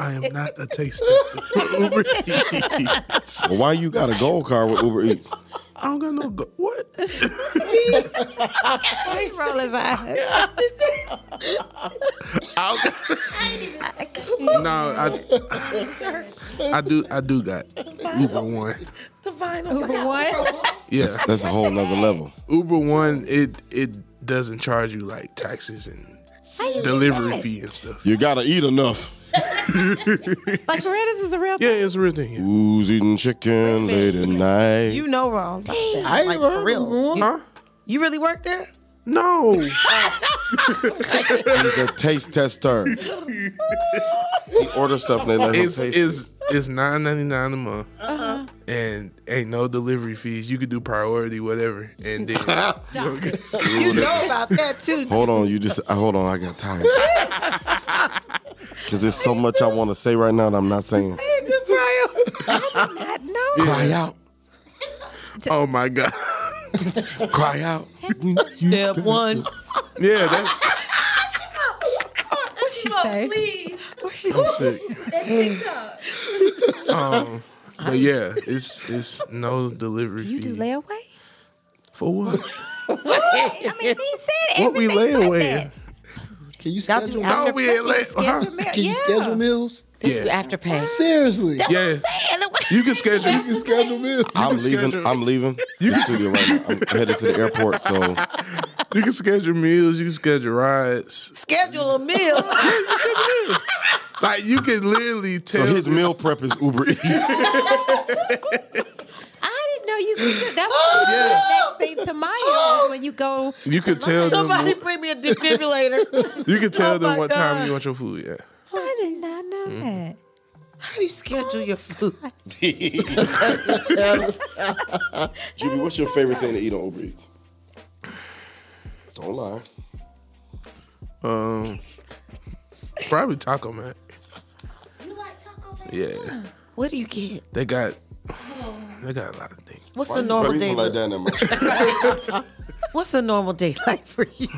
S10: I am not a taste tester for Uber Eats.
S2: Well, why you got a gold card with Uber Eats?
S10: I don't got no go- what?
S7: He roll his eyes.
S10: No, I I do I do got Uber One.
S7: Uber one.
S10: Yeah,
S2: That's a whole nother level.
S10: Uber One it it doesn't charge you like taxes and delivery fee and stuff.
S2: You gotta eat enough.
S7: Like, for real, this is a real
S10: Yeah,
S7: thing.
S10: it's a real thing. Yeah.
S2: Who's eating chicken late at night?
S5: you know wrong?
S3: I ain't heard
S5: Like for
S3: of
S5: real.
S3: one.
S5: You, you really work there?
S10: No,
S2: He's a taste tester. he orders stuff and they let him
S10: it's
S2: taste
S10: it's it's nine ninety nine a month. and ain't no delivery fees. You could do priority, whatever, and then
S5: You know about that too.
S2: Hold on, you just uh, hold on. I got tired because there's so much I want to say right now that I'm not saying.
S7: Not, no.
S2: Cry out,
S10: oh my god,
S2: cry out.
S5: Step one.
S10: yeah, that's
S7: What she say?
S9: Please,
S7: What she
S10: I'm sick.
S9: that
S4: Mm.
S9: TikTok.
S10: Um, but yeah, it's it's no delivery
S7: You do
S10: fee
S7: layaway?
S10: for what?
S7: I mean, he said
S10: What we
S7: everything
S10: lay
S7: like
S10: away?
S7: that.
S3: Can you schedule?
S10: No, we ain't lay. huh?
S7: Schedule meal-
S3: Can you
S7: yeah.
S3: schedule meals?
S10: Yeah,
S5: After pay.
S3: Seriously,
S10: yeah. You can schedule. You can
S3: schedule meals.
S2: I'm leaving.
S10: schedule-
S2: I'm leaving the studio right now. I'm headed to the airport, so
S10: You can schedule meals. You can schedule rides.
S5: Schedule a meal.
S10: Like you can literally
S2: so
S10: tell.
S2: his meal prep is Uber Eats.
S7: I didn't know you could do that. Was
S10: Yeah.
S7: the next thing to my house when you go.
S10: you could tell them.
S5: Somebody bring me a defibrillator.
S10: You could tell
S5: Oh
S10: them
S5: my
S10: what time
S5: God.
S10: you want your food. Yeah.
S7: I did not know that.
S5: How do you schedule your food?
S2: Juby, what's your favorite thing to eat on Uber Eats? Don't lie.
S10: Um, probably Taco Mac.
S9: You like Taco Bell?
S10: Yeah,
S5: What do you get?
S10: they got they got a lot of things.
S5: What's a normal day?
S2: Reason like
S5: Like
S2: that, number.
S5: What's a normal day like for you?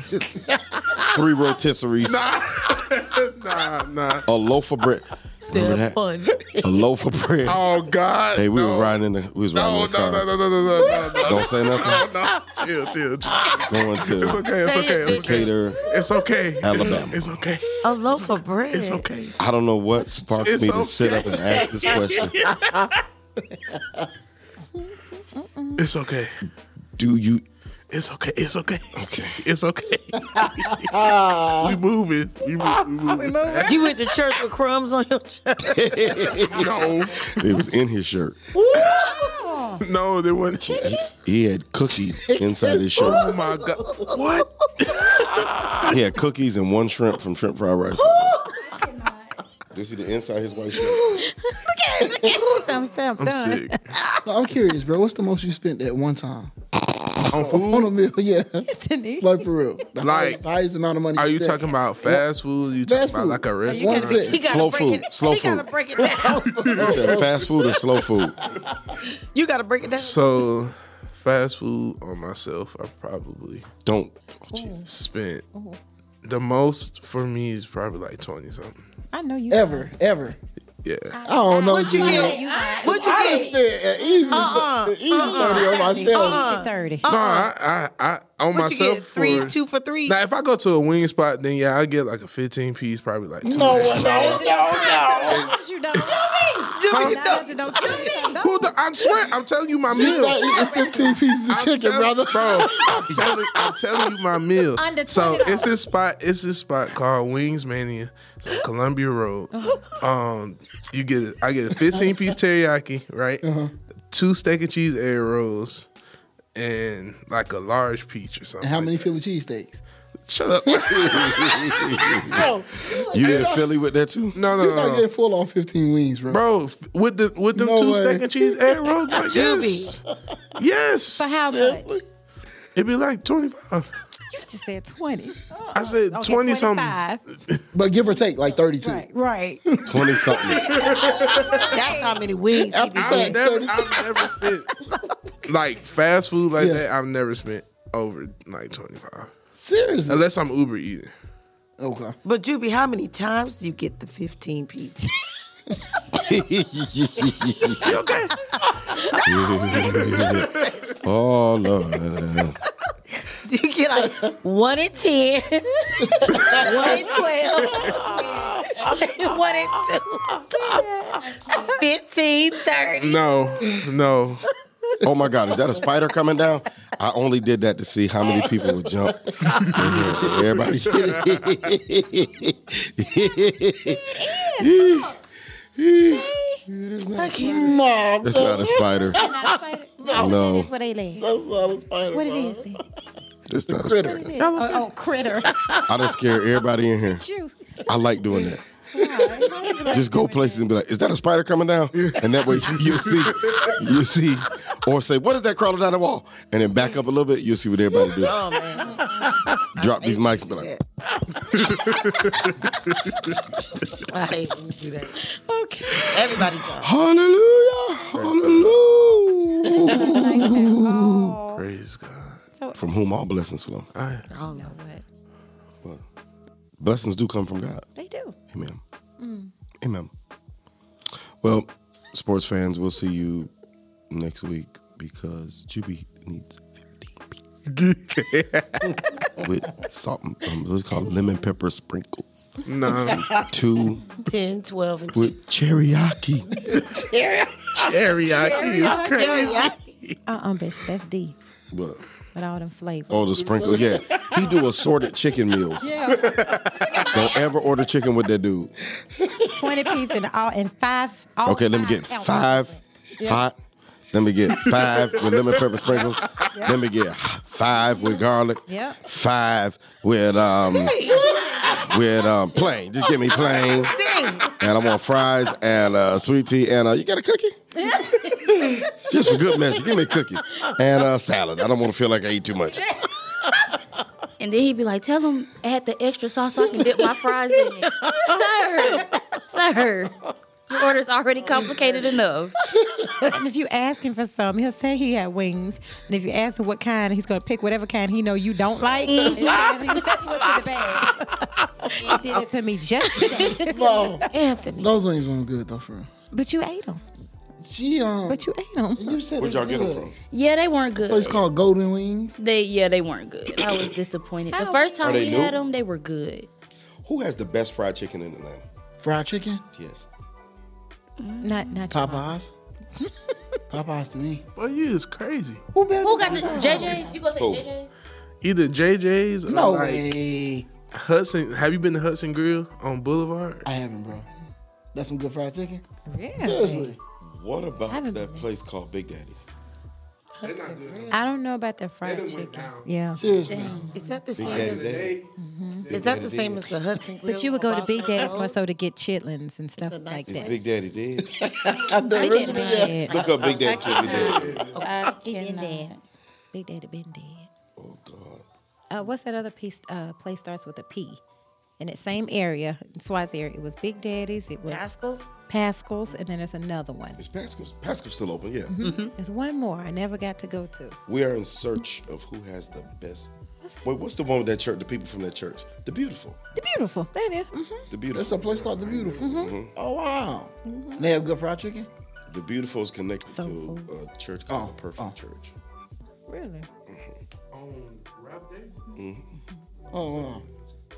S2: Three rotisseries,
S10: nah, nah.
S2: a loaf of bread. Remember
S5: Step
S2: that?
S5: one.
S2: A loaf of bread.
S10: Oh God.
S2: Hey, we
S10: no.
S2: were riding in the we was riding
S10: No,
S2: in the car.
S10: no, no, no, no, no, no, no, no.
S2: Don't say nothing.
S10: no. Chill, chill, chill.
S2: Going
S10: It's
S2: to
S10: okay. It's okay. It's okay.
S2: Decatur,
S10: It's okay.
S2: Alabama.
S10: It's okay.
S5: A loaf of bread.
S10: It's okay.
S2: I don't know what sparked
S10: It's
S2: me to
S10: okay.
S2: sit up and ask this question.
S10: It's okay.
S2: Do you?
S10: It's okay. It's okay.
S2: Okay.
S10: It's okay. we moving. We moving. We moving.
S5: You went to church with crumbs on your chest.
S10: No,
S2: It was in his shirt.
S10: no, they wasn't.
S2: He had cookies inside his
S10: Oh
S2: shirt.
S10: my God. What?
S2: He had cookies and one shrimp from shrimp fried rice. This is the inside his white shirt.
S7: Some stuff
S10: I'm
S7: done.
S10: sick.
S3: No, I'm curious, bro. What's the most you spent at one time
S10: On
S3: on
S10: food?
S3: a meal? Yeah,
S7: Denise.
S3: like for real. The
S10: Like,
S3: highest, highest amount of money.
S10: Are
S3: you
S10: you
S3: spent.
S10: talking about fast food? You
S3: Fast
S10: talking about
S3: food.
S10: like a
S3: one
S10: restaurant?
S3: cent?
S5: gotta
S2: Slow
S5: break
S2: food.
S5: It,
S2: Slow
S5: you gotta
S2: food.
S5: break it down.
S2: He said fast food or slow food?
S5: You gotta break it down.
S10: So, fast food on myself, I probably
S2: Don't. Oh, Jesus.
S10: spent the most for me is probably like twenty something.
S7: I know you.
S3: Ever, ever.
S10: Yeah,
S3: I don't know.
S5: What you
S3: G.
S5: get? What you
S3: I done
S5: get?
S3: spent an easy,
S5: Uh-uh,
S3: an easy thirty on myself.
S7: Easy 30.
S10: no, I, I, I on
S5: What you
S10: myself
S5: get? Three,
S10: for
S5: two for three.
S10: now. If I go to a wing spot, then yeah, I get like a fifteen piece, probably like two.
S3: No, no, no, no.
S7: Because you don't.
S5: Jimmy, you know-
S7: Now that you don't shoot me, don't.
S10: Who the? I'm swear, I'm telling you my
S3: You're
S10: meal.
S3: not eating 15 pieces of chicken,
S10: I'm
S3: brother.
S10: tell- Bro, I'm telling, I'm telling you my meal.
S7: Under
S10: so
S7: $20.
S10: it's this spot. It's this spot called Wings Mania. It's on Columbia Road. Um, you get I get a 15 piece teriyaki, right?
S3: Uh-huh.
S10: Two steak and cheese egg rolls. And like a large peach or something.
S3: How many Philly cheesesteaks?
S10: Shut up. no,
S2: You get a Philly with that too?
S10: no,
S3: You're not
S10: no,
S3: getting
S10: no.
S3: full on 15 wings, bro.
S10: Uh. Bro, f- with the with them
S3: No
S10: two
S3: way.
S10: steak and cheese egg rolls, bro, yes, yes,
S7: For how much?
S10: it'd be like twenty five.
S7: You just said 20.
S10: I said
S7: Oh, Okay,
S10: twenty something.
S7: 25.
S3: But give or take, like 32.
S7: Right, right.
S2: 20 something.
S5: That's how many wings. he be
S10: I've
S5: getting.
S10: never, I've never spent like fast food like
S3: Yeah.
S10: that. I've never spent over like twenty five,
S3: Seriously.
S10: unless I'm Uber eating.
S3: okay.
S5: But Juby, how many times do you get the 15 piece?
S2: Oh, Lord.
S5: Do you get like one in 10, one in 12, one in 2, 15, 30?
S10: No, no.
S2: Oh, my God. Is that a spider coming down? I only did that to see how many people would jump. Everybody.
S3: No,
S2: That's not a spider. No,
S7: That's what they lay.
S3: that's not a spider.
S7: What it is? then?
S2: that's not a
S3: Critter.
S2: spider.
S7: Oh, oh, critter.
S2: I done scared everybody in here.
S7: You.
S2: I like doing that.
S7: All right.
S2: Just go places and be like, "Is that a spider coming down?" And that way you'll see, you'll see, or say, "What is that crawling down the wall?" And then back up a little bit, you'll see what everybody do.
S5: Oh man.
S2: Drop these mics, and be like,
S5: I hate when you do that.
S4: Okay.
S5: Everybody does.
S2: "Hallelujah, hallelujah."
S7: Oh,
S10: Praise God.
S2: from whom all blessings flow.
S5: Oh no.
S7: but
S2: Blessings do come from God.
S7: they do. Mm.
S2: Amen. Amen. Well, sports fans, we'll see you next week because Juby needs 15 pieces with salt and um, what's it called lemon pepper sprinkles.
S10: no.
S2: Two
S5: 10, 12, and 2.
S2: with teriyaki.
S10: Teriyaki is crazy.
S7: Uh uh Bishop. That's D.
S2: But
S7: With all them flavors.
S10: Oh,
S2: all the sprinkles, yeah. He do assorted chicken meals. Don't ever order chicken with that dude.
S7: 20 piece and all and five. All
S2: Okay, let me
S7: five
S2: get
S7: ounces.
S2: five hot. Let me get five with lemon pepper sprinkles. Let me get five with garlic.
S7: Yep.
S2: Five with um with um plain. Just give me plain. And I want fries and uh, sweet tea and uh, you got a cookie? Just for good measure, give me a cookie and a salad. I don't want to feel like I eat too much.
S4: And then he'd be like, tell him add the extra sauce so I can dip my fries in it. sir, sir. Your order's already complicated enough.
S7: And if you ask him for some, he'll say he had wings. And if you ask him what kind, he's gonna pick whatever kind he know you don't like. and that's what's in the bag. He did it to me just today.
S5: Anthony.
S3: Those wings weren't good though, for real.
S7: But you ate them.
S3: She um.
S7: But you ate them.
S3: you said
S2: Where'd
S3: they
S2: y'all get them
S3: good.
S2: from?
S4: Yeah, they weren't
S3: Place
S4: good.
S3: called Golden Wings.
S4: They yeah, they weren't good. I was disappointed. The first time
S2: Are they
S4: we
S2: new?
S4: had them, they were good.
S2: Who has the best fried chicken in Atlanta?
S3: Fried chicken.
S2: Yes.
S7: Not not your mom.
S3: Popeyes. Popeyes to me.
S10: Boy, you is crazy.
S3: Who better?
S4: Who got the JJ's? You gonna say
S2: Who?
S4: JJ's?
S10: Either JJ's or
S3: No
S10: like
S3: way.
S10: Hudson. Have you been to Hudson Grill on Boulevard?
S3: I haven't, bro. That's some good fried chicken.
S7: Really?
S3: Seriously.
S2: What about
S7: haven't
S2: that place called Big Daddy's?
S7: I don't know about the fried chicken. Yeah.
S3: Seriously.
S5: Is that the
S2: Big
S5: same?
S2: Daddy's Daddy.
S5: Is that the same as the Hudson Grill?
S7: But you would go to
S5: Boston
S7: Big Daddy's
S5: Road?
S7: more so to get chitlins and stuff
S5: It's a nice
S7: like
S2: Is
S7: that.
S2: Big Daddy dead?
S4: I can't imagine.
S7: Yeah,
S2: Look up Big Daddy Should Be Dead.
S4: I
S7: been
S4: cannot.
S7: dead. Big Daddy been dead.
S2: Oh God.
S7: Uh, what's that other piece? Uh, place starts with a P. In that same area, in Swazi area, it was Big Daddy's, it was
S5: Pascals?
S7: Pascal's, and then there's another one.
S2: Is Pascal's Pascal's still open? Yeah.
S7: There's one more I never got to go to.
S2: We are in search of who has the best. Wait, what's the one with that church? The people from that church? The beautiful.
S7: The beautiful, that is. Mm-hmm.
S2: The
S3: That's
S2: beautiful.
S3: a place called The Beautiful. Oh wow. They have good fried chicken.
S2: The beautiful is connected
S7: Soul
S2: to a church called
S3: Oh,
S2: the Perfect
S3: oh.
S2: Church.
S7: Really?
S3: Oh wow.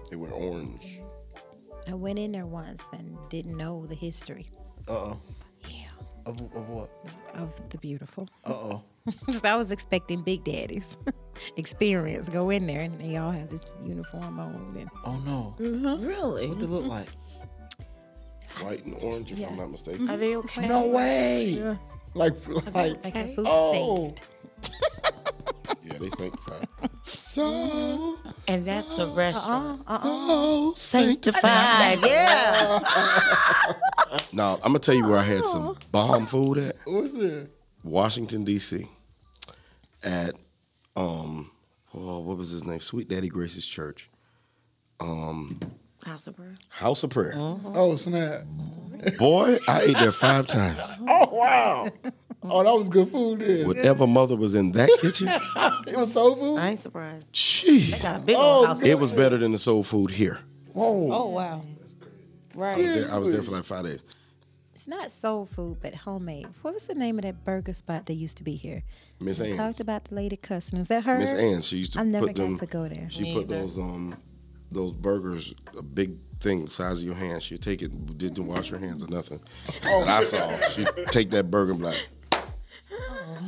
S2: They wear orange.
S7: I went in there once and didn't know the history
S3: Uh oh.
S7: Yeah.
S3: Of, of what?
S7: of the beautiful.
S3: Uh oh.
S7: so I was expecting Big Daddy's experience. Go in there and they all have this uniform on and
S3: Oh no.
S5: Really?
S3: What they look like?
S2: White and orange, if I'm not mistaken.
S5: Are they okay?
S3: No way. Like like.
S7: like the food
S3: Oh.
S2: Yeah, they sanctified. So,
S5: And that's a restaurant.
S2: oh, sanctified.
S5: Five. Yeah.
S2: Now, I'm going to tell you where I had some bomb food at.
S3: What's there?
S2: Washington D.C. at um oh, what was his name? Sweet Daddy Grace's church,
S5: House of Prayer.
S2: House of Prayer.
S3: Oh snap.
S2: Boy, I ate there five times.
S3: Oh wow. Oh, that was good food then.
S2: Whatever mother was in that kitchen,
S3: It was soul food.
S5: I ain't surprised.
S2: jeez,
S5: Got a big old house.
S2: it was better than the soul food here.
S3: Whoa.
S7: Oh wow.
S2: I was there. I was there for like five days.
S7: It's not soul food, but homemade. What was the name of that burger spot that used to be here?
S2: Miss
S7: We
S2: Ann.
S7: talked about the lady cussing. Is that her?
S2: Miss Ann, she used to
S7: I never
S2: put
S7: got
S2: them.
S7: to go there.
S2: She put those um those burgers, a big thing the size of your hand. She'd take it, didn't wash her hands or nothing. That I saw. She'd take that burger and be like,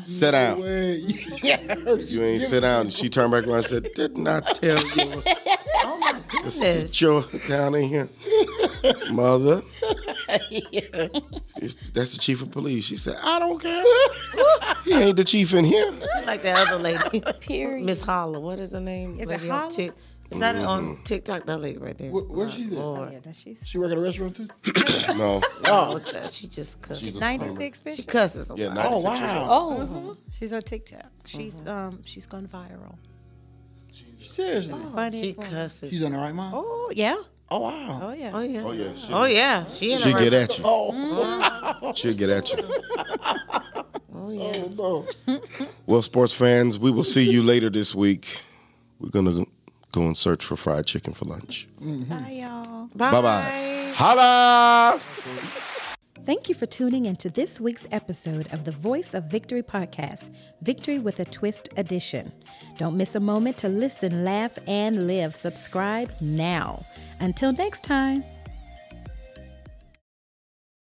S2: sit down.
S3: Hey,
S2: You ain't sit down. She turned back around and said, Didn't I tell you
S5: Oh my
S2: to
S5: goodness.
S2: sit your down in here? Mother. It's- that's the chief of police. She said, I don't care. He ain't the chief in here.
S5: Like that other lady.
S4: Period.
S5: Miss Holler. What is her name?
S7: Is it
S5: Lady on
S7: Holler?
S5: Tik- Is that
S2: Mm-hmm.
S5: on TikTok? That lady right there. Oh,
S3: Where- where's she at?
S5: Lord.
S7: Yeah, that she's
S3: She work at a restaurant too?
S2: No.
S5: Oh, she just cusses.
S2: She's a-
S7: 96,
S5: She
S7: bitch.
S5: cusses a
S2: Yeah,
S5: lot.
S2: 96
S3: Oh
S2: years old.
S3: wow.
S4: Oh,
S7: She's on TikTok. She's um she's gone viral.
S3: Seriously.
S7: Funniest
S5: She
S7: woman.
S5: cusses.
S3: She's on the right mind.
S7: Oh yeah.
S3: Oh wow.
S7: Oh yeah.
S5: Oh yeah.
S2: Oh, yeah. She,
S5: Oh yeah. She in
S2: She'll
S5: a
S2: get at you. She'll get at you. Oh.
S3: No.
S2: Well, sports fans, we will see you later this week. We're going to go and search for fried chicken for lunch.
S7: Bye y'all.
S2: Bye bye. Holla!
S1: Thank you for tuning in to this week's episode of the Voice of Victory podcast, Victory with a Twist edition. Don't miss a moment to listen, laugh, and live. Subscribe now. Until next time.